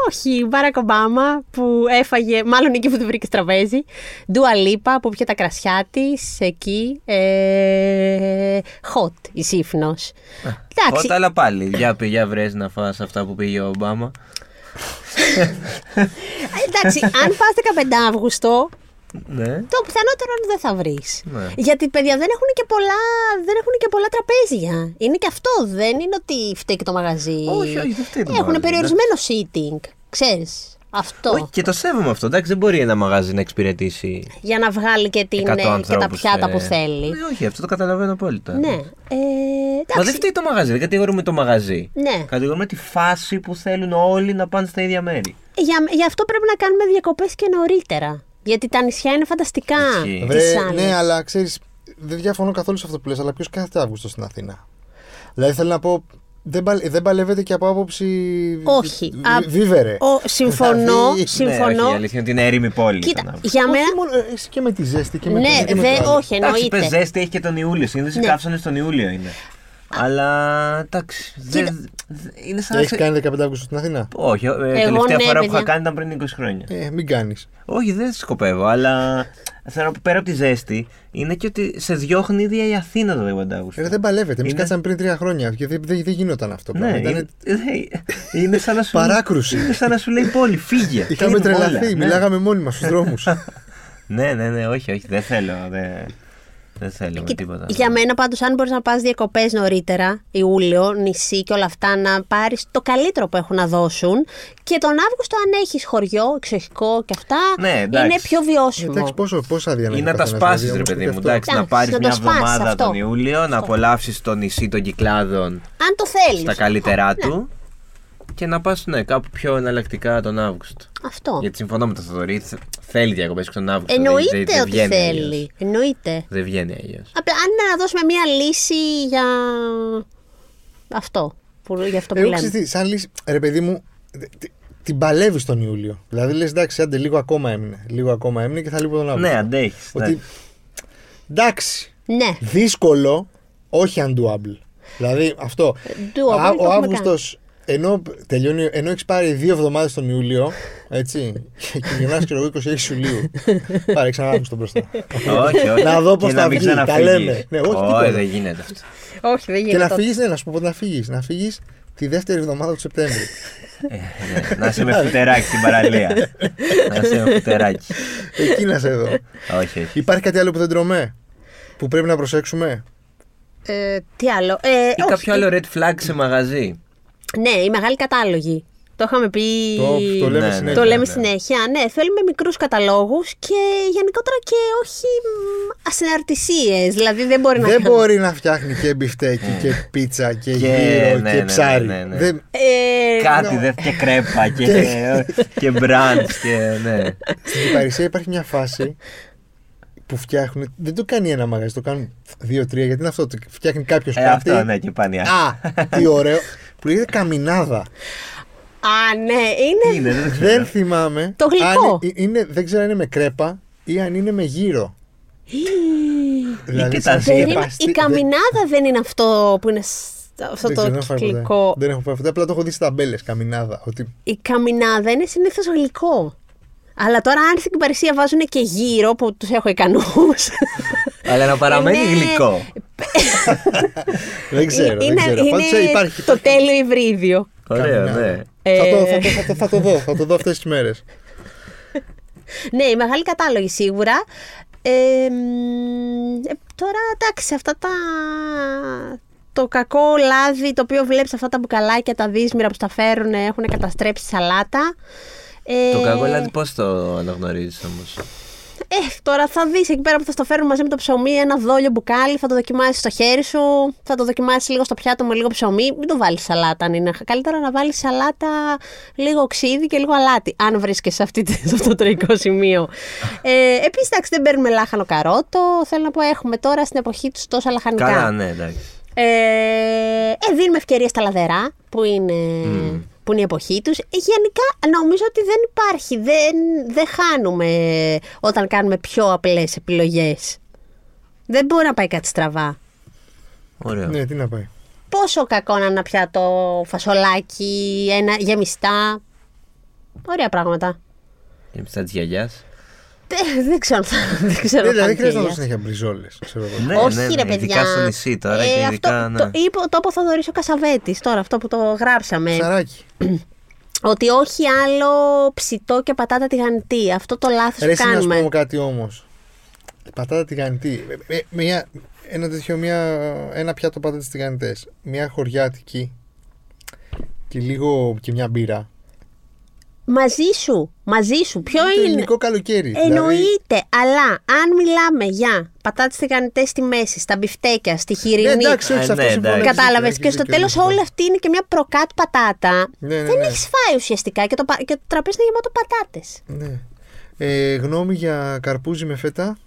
Speaker 3: Όχι, Μπάρακ Ομπάμα που έφαγε, μάλλον εκεί που του βρήκε στο τραπέζι. Ντούα Λίπα που πιέ τα κρασιά της εκεί. Ε, hot η σύφνο.
Speaker 2: Ε,
Speaker 3: Εντάξει.
Speaker 2: Hot, αλλά πάλι. Για πει, για βρες να φας αυτά που πήγε ο Ομπάμα.
Speaker 3: ε, Εντάξει, αν πας 15 Αύγουστο,
Speaker 2: Ναι.
Speaker 3: το πιθανότερο είναι ότι δεν θα βρεις.
Speaker 2: Ναι.
Speaker 3: Γιατί παιδιά δεν έχουν, και πολλά, δεν έχουν και πολλά τραπέζια. Είναι και αυτό. Δεν είναι ότι φταίει και το μαγαζί.
Speaker 2: Όχι, όχι, δεν φταίει το
Speaker 3: Έχουν
Speaker 2: μαγαζί,
Speaker 3: περιορισμένο seating. Ξέρεις. Αυτό.
Speaker 2: Όχι, και το σέβομαι αυτό. Εντάξει, δεν μπορεί ένα μαγαζί να εξυπηρετήσει
Speaker 3: Για να βγάλει και, την,
Speaker 2: 100
Speaker 3: ε, και τα
Speaker 2: ανθρώπους,
Speaker 3: πιάτα
Speaker 2: ε.
Speaker 3: που θέλει.
Speaker 2: Ναι, όχι, αυτό το καταλαβαίνω απόλυτα.
Speaker 3: Ναι. Ε,
Speaker 2: Μα
Speaker 3: εντάξει.
Speaker 2: δεν φταίει το μαγαζί, δεν κατηγορούμε το μαγαζί.
Speaker 3: Ναι.
Speaker 2: Κατηγορούμε τη φάση που θέλουν όλοι να πάνε στα ίδια μέρη.
Speaker 3: Για, γι' αυτό πρέπει να κάνουμε διακοπές και νωρίτερα. Γιατί τα νησιά είναι φανταστικά.
Speaker 2: Ισχύει.
Speaker 3: τις
Speaker 1: Βρε,
Speaker 3: άλλες.
Speaker 1: ναι, αλλά ξέρεις, δεν διαφωνώ καθόλου σε αυτό που λες, αλλά ποιος κάθεται Αύγουστο στην Αθήνα. Δηλαδή θέλω να πω, δεν, παλ- δεν παλεύεται και από άποψη.
Speaker 3: Όχι.
Speaker 1: βι-
Speaker 3: Α,
Speaker 1: Βίβερε.
Speaker 3: ο- συμφωνώ.
Speaker 1: Δηλαδή, ναι,
Speaker 2: Ναι,
Speaker 3: συμφωνώ.
Speaker 2: όχι, η αλήθεια είναι ότι είναι έρημη πόλη.
Speaker 3: Κοίτα,
Speaker 2: ήταν αυτό.
Speaker 3: για μένα.
Speaker 1: Όχι μόνο, ε, εσύ και με τη ζέστη και με το
Speaker 3: Ναι,
Speaker 1: ένα και με
Speaker 3: δε,
Speaker 1: το άλλο.
Speaker 3: όχι,
Speaker 2: Εντάξει,
Speaker 3: εννοείται.
Speaker 2: πες ζέστη έχει και τον Ιούλιο. Συνήθως οι
Speaker 3: Ναι.
Speaker 2: καύσονες τον Ιούλιο είναι. Αλλά εντάξει. δεν- Είναι σαν να
Speaker 1: Έχεις
Speaker 2: ξε-
Speaker 1: κάνει 15 Αυγούστου στην Αθήνα.
Speaker 2: Όχι, ε,
Speaker 3: Εγώ
Speaker 2: τελευταία
Speaker 3: ναι,
Speaker 2: φορά που
Speaker 3: παιδιά.
Speaker 2: είχα κάνει ήταν πριν 20 χρόνια.
Speaker 1: Ε, μην κάνεις.
Speaker 2: Όχι, δεν σκοπεύω, αλλά θέλω να πω πέρα από τη ζέστη είναι και ότι σε διώχνει η ίδια η Αθήνα το 15 Αύγουστο.
Speaker 1: Ε, δεν παλεύετε. Εμείς
Speaker 2: Είναι-
Speaker 1: κάτσαμε πριν τρία χρόνια και δεν, δεν, δεν γινόταν αυτό.
Speaker 2: Ναι,
Speaker 1: Ήταν
Speaker 2: είναι, ε, είναι σαν να σου,
Speaker 1: Παράκρουση.
Speaker 2: Είναι σαν να σου λέει η πόλη, φύγε.
Speaker 1: Είχαμε
Speaker 2: κλείνουμε όλα.
Speaker 1: τρελαθεί.
Speaker 2: Ναι.
Speaker 1: Μιλάγαμε μόνοι μας στους δρόμους.
Speaker 2: Ναι, ναι, ναι, όχι, όχι, δεν θέλω. Δεν, δεν θέλω με
Speaker 3: Κοίτα,
Speaker 2: τίποτα. ναι.
Speaker 3: Για μένα πάντως, αν μπορείς να πας διακοπές νωρίτερα, Ιούλιο, νησί και όλα αυτά, να πάρεις το καλύτερο που έχουν να δώσουν. Και τον Αύγουστο, αν έχεις χωριό, εξοχικό και αυτά,
Speaker 2: Ναι, εντάξει.
Speaker 3: είναι πιο βιώσιμο.
Speaker 1: Ε, Εντάξει, πόσο, πόσα διανοεί.
Speaker 2: Ή να τα
Speaker 1: δηλαδή,
Speaker 2: σπάσει, ρε παιδί μου. Εντάξει, να
Speaker 3: Εντάξει,
Speaker 2: πάρεις
Speaker 3: να το
Speaker 2: μια
Speaker 3: σπάσεις
Speaker 2: εβδομάδα
Speaker 3: αυτό.
Speaker 2: τον Ιούλιο, να απολαύσεις το νησί των Κυκλάδων
Speaker 3: αν το Ναι. θέλεις.
Speaker 2: στα καλύτερά του και να πας ναι, κάπου πιο εναλλακτικά τον Αύγουστο.
Speaker 3: Αυτό.
Speaker 2: Γιατί συμφωνώ με τον Θοδωρή, θε- θέλει διακοπές και τον Αύγουστο. δεν- δεν-
Speaker 3: Εννοείται
Speaker 2: δεν
Speaker 3: ότι
Speaker 2: βγαίνει
Speaker 3: θέλει.
Speaker 2: αλλιώς.
Speaker 3: Εννοείται.
Speaker 2: Δεν βγαίνει αλλιώς.
Speaker 3: Απλά αν είναι να δώσουμε μία λύση για αυτό. Που, για αυτό που
Speaker 1: Εγώ
Speaker 3: λέμε.
Speaker 1: ξέρεις τι, σαν λύση, ρε παιδί μου, δε- τι- την παλεύεις τον Ιούλιο. Δηλαδή λες, εντάξει, άντε λίγο ακόμα έμεινε. Λίγο ακόμα έμεινε και θα λείπω τον Αύγουστο.
Speaker 2: Ναι, αντέχεις.
Speaker 1: Ότι. Εντάξει.
Speaker 3: Ναι.
Speaker 1: Δύσκολο, όχι undoable. Δηλαδή αυτό.
Speaker 3: doable το έχουμε
Speaker 1: ο Αύγουστο, ενώ, τελειώνει, ενώ έχεις πάρει δύο εβδομάδες τον Ιούλιο, έτσι, και γυρνάς και εγώ 26 Ιουλίου. Πάρε ξανά Αύγουστο μπροστά.
Speaker 2: όχι, όχι.
Speaker 1: Να δω
Speaker 2: Και
Speaker 1: πώς
Speaker 2: να
Speaker 1: θα
Speaker 2: μην
Speaker 1: βγει, τα
Speaker 2: ξαναφύγεις.
Speaker 1: λέμε. Ναι, όχι, τίποτα.
Speaker 2: δεν γίνεται αυτό.
Speaker 3: Όχι, δεν
Speaker 1: και να
Speaker 3: γίνεται.
Speaker 1: φύγεις, ναι, να σου πω πότε να φύγεις. Να φύγεις τη δεύτερη εβδομάδα του Σεπτέμβρη.
Speaker 2: Ναι, να είσαι με φουτεράκι στην παραλία. να είσαι με φουτεράκι.
Speaker 1: Εκεί να σε εδώ.
Speaker 2: όχι, όχι.
Speaker 1: Υπάρχει κάτι άλλο που δεν τρώμε, που πρέπει να προσέξουμε.
Speaker 3: Ε, τι άλλο. Ε,
Speaker 2: Ή
Speaker 3: όχι.
Speaker 2: κάποιο άλλο red flag σε μαγαζί.
Speaker 3: Ναι, οι μεγάλοι κατάλογοι. Το είχαμε πει.
Speaker 1: Το, το λέμε
Speaker 2: Ναι, ναι.
Speaker 1: συνέχεια.
Speaker 3: Το λέμε
Speaker 2: ναι.
Speaker 3: συνέχεια. Ναι, θέλουμε μικρούς καταλόγους και γενικότερα και όχι μ, ασυναρτησίες. Δηλαδή δεν μπορεί να
Speaker 1: Δεν
Speaker 3: κάνουμε-
Speaker 1: μπορεί να φτιάχνει και μπιφτέκι και πίτσα και,
Speaker 2: Και-
Speaker 1: γύρο
Speaker 2: ναι,
Speaker 1: και
Speaker 2: ναι,
Speaker 1: ψάρι.
Speaker 2: ναι, ναι.
Speaker 1: Δεν-
Speaker 3: Ε,
Speaker 1: Ναι.
Speaker 2: Κάτι δε και κρέπα και, και μπραντς και ναι.
Speaker 1: Στην Παρισία υπάρχει μια φάση που φτιάχνουν. Δεν το κάνει ένα μαγαζί, το κάνουν δύο-τρία. Γιατί είναι αυτό. το Φτιάχνει κάποιος
Speaker 2: Ε,
Speaker 1: κάτι.
Speaker 2: αυτό ναι και πάνε.
Speaker 1: Α, τι ωραίο. Που λέγεται καμινάδα.
Speaker 3: Α, ναι, είναι.
Speaker 2: Είναι, δεν το ξέρω.
Speaker 1: δεν θυμάμαι.
Speaker 3: Το γλυκό.
Speaker 1: Αν ε- είναι, δεν ξέρω αν είναι με κρέπα ή αν είναι με γύρο.
Speaker 2: και
Speaker 1: δηλαδή,
Speaker 2: τα
Speaker 1: σας
Speaker 2: δύο.
Speaker 1: είχε
Speaker 2: Περίμενε,
Speaker 3: Περίμενε,
Speaker 1: παστεί-
Speaker 3: η καμινάδα δεν είναι αυτό που είναι σ- αυτό
Speaker 1: δεν- δεν ξέρω, δεν
Speaker 3: το
Speaker 1: έχω φάει ποτέ.
Speaker 3: κυκλικό.
Speaker 1: Δεν έχω φάει ποτέ. Απλά το έχω δει στις ταμπέλες καμινάδα. Ότι
Speaker 3: Η καμινάδα είναι συνήθως γλυκό. Αλλά τώρα αν στην Παρισία βάζουν και γύρω που τους έχω ικανούς.
Speaker 2: Αλλά να παραμένει
Speaker 3: Είναι-
Speaker 2: γλυκό.
Speaker 1: δεν ξέρω. δεν
Speaker 3: είναι,
Speaker 1: ξέρω. Πάντως, ε,
Speaker 3: είναι
Speaker 1: υπάρχει.
Speaker 3: το τέλειο υβρίδιο.
Speaker 2: Ωραίο,
Speaker 1: Καμινάδα.
Speaker 2: ναι.
Speaker 1: Θα το, θα,
Speaker 3: Ε,
Speaker 1: το, θα, το, θα το δω, θα το δω αυτές τις μέρες.
Speaker 3: Ναι, οι μεγάλοι κατάλογοι σίγουρα. Ε, μ, ε, τώρα εντάξει, αυτά τα. Το κακό λάδι το οποίο βλέπεις αυτά τα μπουκαλάκια, τα δύσμυρα που στα φέρουν, έχουν καταστρέψει σαλάτα. Ε,
Speaker 2: Το κακό λάδι πώς το αναγνωρίζεις όμως.
Speaker 3: Ε, τώρα θα δεις εκεί πέρα που θα στο φέρουν μαζί με το ψωμί ένα δόλιο μπουκάλι, θα το δοκιμάσεις στο χέρι σου, θα το δοκιμάσεις λίγο στο πιάτο με λίγο ψωμί. Μην το βάλεις σαλάτα αν είναι. Καλύτερα να βάλεις σαλάτα, λίγο οξύδι και λίγο αλάτι, αν βρίσκεσαι σε, αυτή, τη- σε αυτό το τρικό σημείο. Ε, Επίσης, εντάξει, δεν παίρνουμε λάχανο καρότο. Θέλω να πω, έχουμε τώρα στην εποχή τους τόσα λαχανικά.
Speaker 2: Καλά, ναι, εντάξει.
Speaker 3: Ε, ε, δίνουμε ευκαιρία στα λαδερά που είναι,
Speaker 2: Mm.
Speaker 3: που είναι η εποχή τους. Ε, γενικά νομίζω ότι δεν υπάρχει, δεν, δεν χάνουμε όταν κάνουμε πιο απλές επιλογές. Δεν μπορεί να πάει κάτι στραβά.
Speaker 2: Ωραίο.
Speaker 1: Ναι, τι να
Speaker 3: Ε,
Speaker 1: πάει.
Speaker 3: Πόσο κακό να είναι ένα πιάτο φασολάκι, ένα γεμιστά. Ωραία πράγματα. Ε,
Speaker 2: Και πιστά της γιαγιάς.
Speaker 3: Δεν, δεν ξέρω αν θα. Δεν ξέρω
Speaker 1: Ναι, δηλαδή
Speaker 3: αν θα
Speaker 1: δεν
Speaker 3: είναι
Speaker 1: χρειάζεται να δω
Speaker 3: γελιάς.
Speaker 1: συνέχεια μπριζόλε.
Speaker 2: Ναι,
Speaker 3: Όχι,
Speaker 2: ναι,
Speaker 3: ρε
Speaker 2: ναι,
Speaker 3: παιδιά. Ε,
Speaker 2: Ειδικά στο νησί τώρα και ειδικά.
Speaker 3: αυτό,
Speaker 2: ναι.
Speaker 3: το, είπε, το είπε ο Θοδωρής ο Κασαβέτης τώρα, αυτό που το γράψαμε.
Speaker 1: Ψαράκι.
Speaker 3: Ότι όχι άλλο ψητό και πατάτα τηγανιτή. Αυτό το λάθος
Speaker 1: Ρε,
Speaker 3: που
Speaker 1: εσύ να σου
Speaker 3: κάνουμε.
Speaker 1: πούμε κάτι όμως. Πατάτα τηγανιτή. Ε, ε, Μια, ένα τέτοιο, μια, ένα πιάτο πατάτες τηγανιτές. Μια χωριάτικη. Και λίγο και μια μπύρα.
Speaker 3: Μαζί σου, μαζί σου. Ποιο
Speaker 1: Το
Speaker 3: είναι. Ε,
Speaker 1: ελληνικό καλοκαίρι. Δηλαδή,
Speaker 3: Εννοείται, αλλά αν μιλάμε για πατάτες τηγανιτές στη μέση, στα μπιφτέκια, στη
Speaker 1: ναι,
Speaker 3: χοιρινή,
Speaker 1: εντάξει, όχι,
Speaker 2: Ε,
Speaker 1: σε αυτό
Speaker 2: ναι,
Speaker 1: συμφωνώ.
Speaker 2: εντάξει.
Speaker 1: έχεις
Speaker 3: Κατάλαβε.
Speaker 1: δίκιο,
Speaker 3: Και
Speaker 1: έχεις
Speaker 3: στο
Speaker 1: δίκιο,
Speaker 3: τέλος
Speaker 1: έχεις δίκιο.
Speaker 3: όλη αυτή είναι και μια προκάτ πατάτα.
Speaker 1: Ναι, ναι,
Speaker 3: Δεν
Speaker 1: ναι.
Speaker 3: έχεις φάει ουσιαστικά και το, πα- και το τραπέζι είναι γεμάτο πατάτες.
Speaker 1: Ναι. Ε, γνώμη για καρπούζι με φέτα.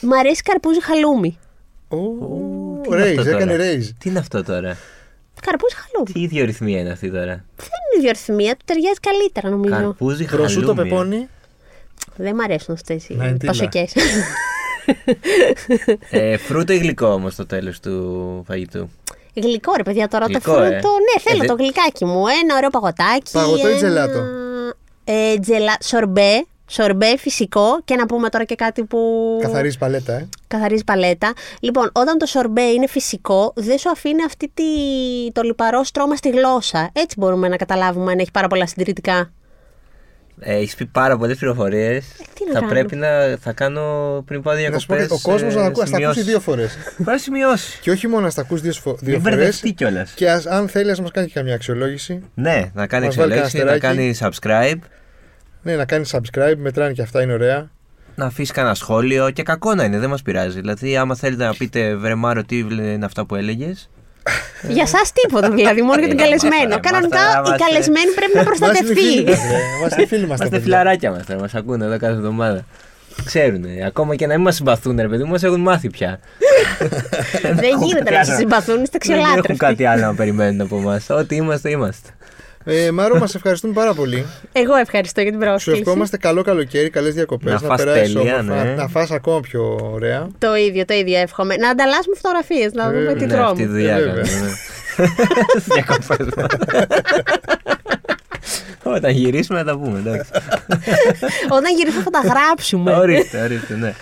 Speaker 3: Μ' αρέσει καρπούζι χαλούμι.
Speaker 1: Ω,
Speaker 2: Τι είναι
Speaker 1: Ρέιζ,
Speaker 2: αυτό τώρα?
Speaker 1: έκανε ρέιζ.
Speaker 2: Τι είναι αυτό τώρα.
Speaker 3: Καρπούζι χαλούμι.
Speaker 2: Τι ίδια ρυθμία είναι αυτή τώρα.
Speaker 3: Δεν είναι ιδιορυθμία, του ταιριάζει καλύτερα νομίζω.
Speaker 2: Καρπούζι,
Speaker 1: Προσούτο
Speaker 2: χαλούμι.
Speaker 1: πεπόνι.
Speaker 3: Δεν μ' αρέσουν αυτές
Speaker 1: Να είναι
Speaker 3: οι
Speaker 1: τι να.
Speaker 3: πασοκέ.
Speaker 2: Ε, φρούτο ή γλυκό όμως στο τέλος του φαγητού.
Speaker 3: Γλυκό ρε παιδιά τώρα
Speaker 2: Γλυκό,
Speaker 3: το
Speaker 2: ε.
Speaker 3: φρούτο. Ναι, θέλω
Speaker 2: Ε,
Speaker 3: το γλυκάκι μου. Ένα ωραίο παγωτάκι.
Speaker 1: Παγωτό ή
Speaker 3: ένα-
Speaker 1: τζελάτο?
Speaker 3: Ε, τζελα... Σορμπέ. Σορμπέ φυσικό. Και να πούμε τώρα και κάτι που.
Speaker 1: Καθαρίζει παλέτα, ε.
Speaker 3: Καθαρίζει παλέτα. Λοιπόν, όταν το σορμπέ είναι φυσικό, δεν σου αφήνει αυτή τη... το λιπαρό στρώμα στη γλώσσα. Έτσι μπορούμε να καταλάβουμε αν έχει πάρα πολλά συντηρητικά.
Speaker 2: Ε, Έχεις πει πάρα πολλές πληροφορίες.
Speaker 1: Ε,
Speaker 3: τι να
Speaker 2: θα
Speaker 3: κάνω.
Speaker 2: πρέπει να θα κάνω πριν πάω ε,
Speaker 1: Να σου πω
Speaker 2: διακοπές.
Speaker 1: και ο κόσμο να τα ακούσει, να τα ακούσει δύο φορές.
Speaker 2: Πάει σημειώσεις.
Speaker 1: Και όχι μόνο να τα ακούσει δύο, σφο- δύο
Speaker 2: Μην
Speaker 1: φορές.
Speaker 2: μπερδευτεί κιόλας.
Speaker 1: Και ας, αν θέλεις, α μας κάνεις και καμιά αξιολόγηση.
Speaker 2: Ναι, να κάνει
Speaker 1: Μας βάλει κανένα
Speaker 2: εξελέξη, να κάνει
Speaker 1: αστεράκι.
Speaker 2: subscribe,
Speaker 1: Ναι, να κάνεις subscribe, μετράνε και αυτά, είναι ωραία.
Speaker 2: να αφήσεις κανένα σχόλιο. Και κακό να είναι, δεν μας πειράζει. Δηλαδή, άμα θέλετε να πείτε βρε Μάρο, τι είναι αυτά που έλεγες.
Speaker 1: Ε.
Speaker 3: Για εσά τίποτα δηλαδή, μόνο για τον
Speaker 2: Ε,
Speaker 3: καλεσμένο.
Speaker 2: μάστα,
Speaker 3: Κανονικά
Speaker 2: μάστα,
Speaker 3: η
Speaker 2: μάστα.
Speaker 3: καλεσμένη πρέπει να προστατευτεί.
Speaker 1: Είμαστε φίλοι μας.
Speaker 2: Είμαστε φιλαράκια μας τώρα, μας ακούνε εδώ κάθε εβδομάδα. Ξέρουν, ακόμα και να μην μας συμπαθούν, ρε παιδί μου, μας έχουν μάθει πια.
Speaker 3: Δεν γίνεται να σας συμπαθούν, είστε
Speaker 2: Δεν έχουν
Speaker 3: ξελάτρευτοι.
Speaker 2: κάτι άλλο να περιμένουν από εμά. Ό,τι είμαστε, είμαστε.
Speaker 1: Ε, Μάρο, μας ευχαριστούμε πάρα πολύ.
Speaker 3: Εγώ ευχαριστώ για την
Speaker 1: Σου
Speaker 3: πρόσκληση.
Speaker 1: ευχόμαστε καλό καλοκαίρι, καλές διακοπές.
Speaker 2: Να φας τέλεια, ναι.
Speaker 1: να φας ακόμα πιο ωραία.
Speaker 3: Το ίδιο, το ίδιο εύχομαι. Να ανταλλάσσουμε φωτογραφίες, να
Speaker 1: Βέβαια.
Speaker 3: δούμε τι
Speaker 1: Ναι,
Speaker 2: Ναι, αυτή η
Speaker 3: τρώμε.
Speaker 2: δουλειά
Speaker 1: Ε, βέβαια.
Speaker 2: κάνουμε. ναι. Στις διακοπές μας. Όταν γυρίσουμε να τα πούμε, εντάξει.
Speaker 3: Όταν γυρίσουμε θα τα γράψουμε.
Speaker 2: Ορίστε, ορίστε, ναι.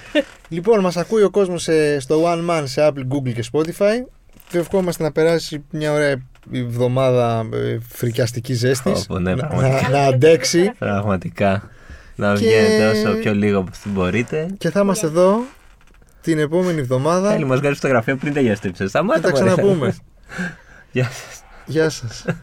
Speaker 1: Λοιπόν, μας ακούει ο κόσμος στο One Man σε Apple, Google και Spotify. Του ευχόμαστε να περάσει μια ωραία εβδομάδα ε, φρικιαστική ζέστης.
Speaker 2: Όπο, ναι,
Speaker 1: να,
Speaker 2: πραγματικά.
Speaker 1: να- να αντέξει.
Speaker 2: Πραγματικά. Να
Speaker 1: Και-
Speaker 2: βγαίνετε όσο πιο λίγο που μπορείτε.
Speaker 1: και θα είμαστε εδώ την επόμενη
Speaker 3: Ε,
Speaker 1: εβδομάδα.
Speaker 2: Θέλει, μας βγάλεις φωτογραφία πριν τα γυαστρίψε.
Speaker 1: Θα
Speaker 2: Σταμάτα,
Speaker 1: τα
Speaker 2: μωρέ.
Speaker 1: ξαναπούμε.
Speaker 2: Γεια σας.
Speaker 1: Γεια σας.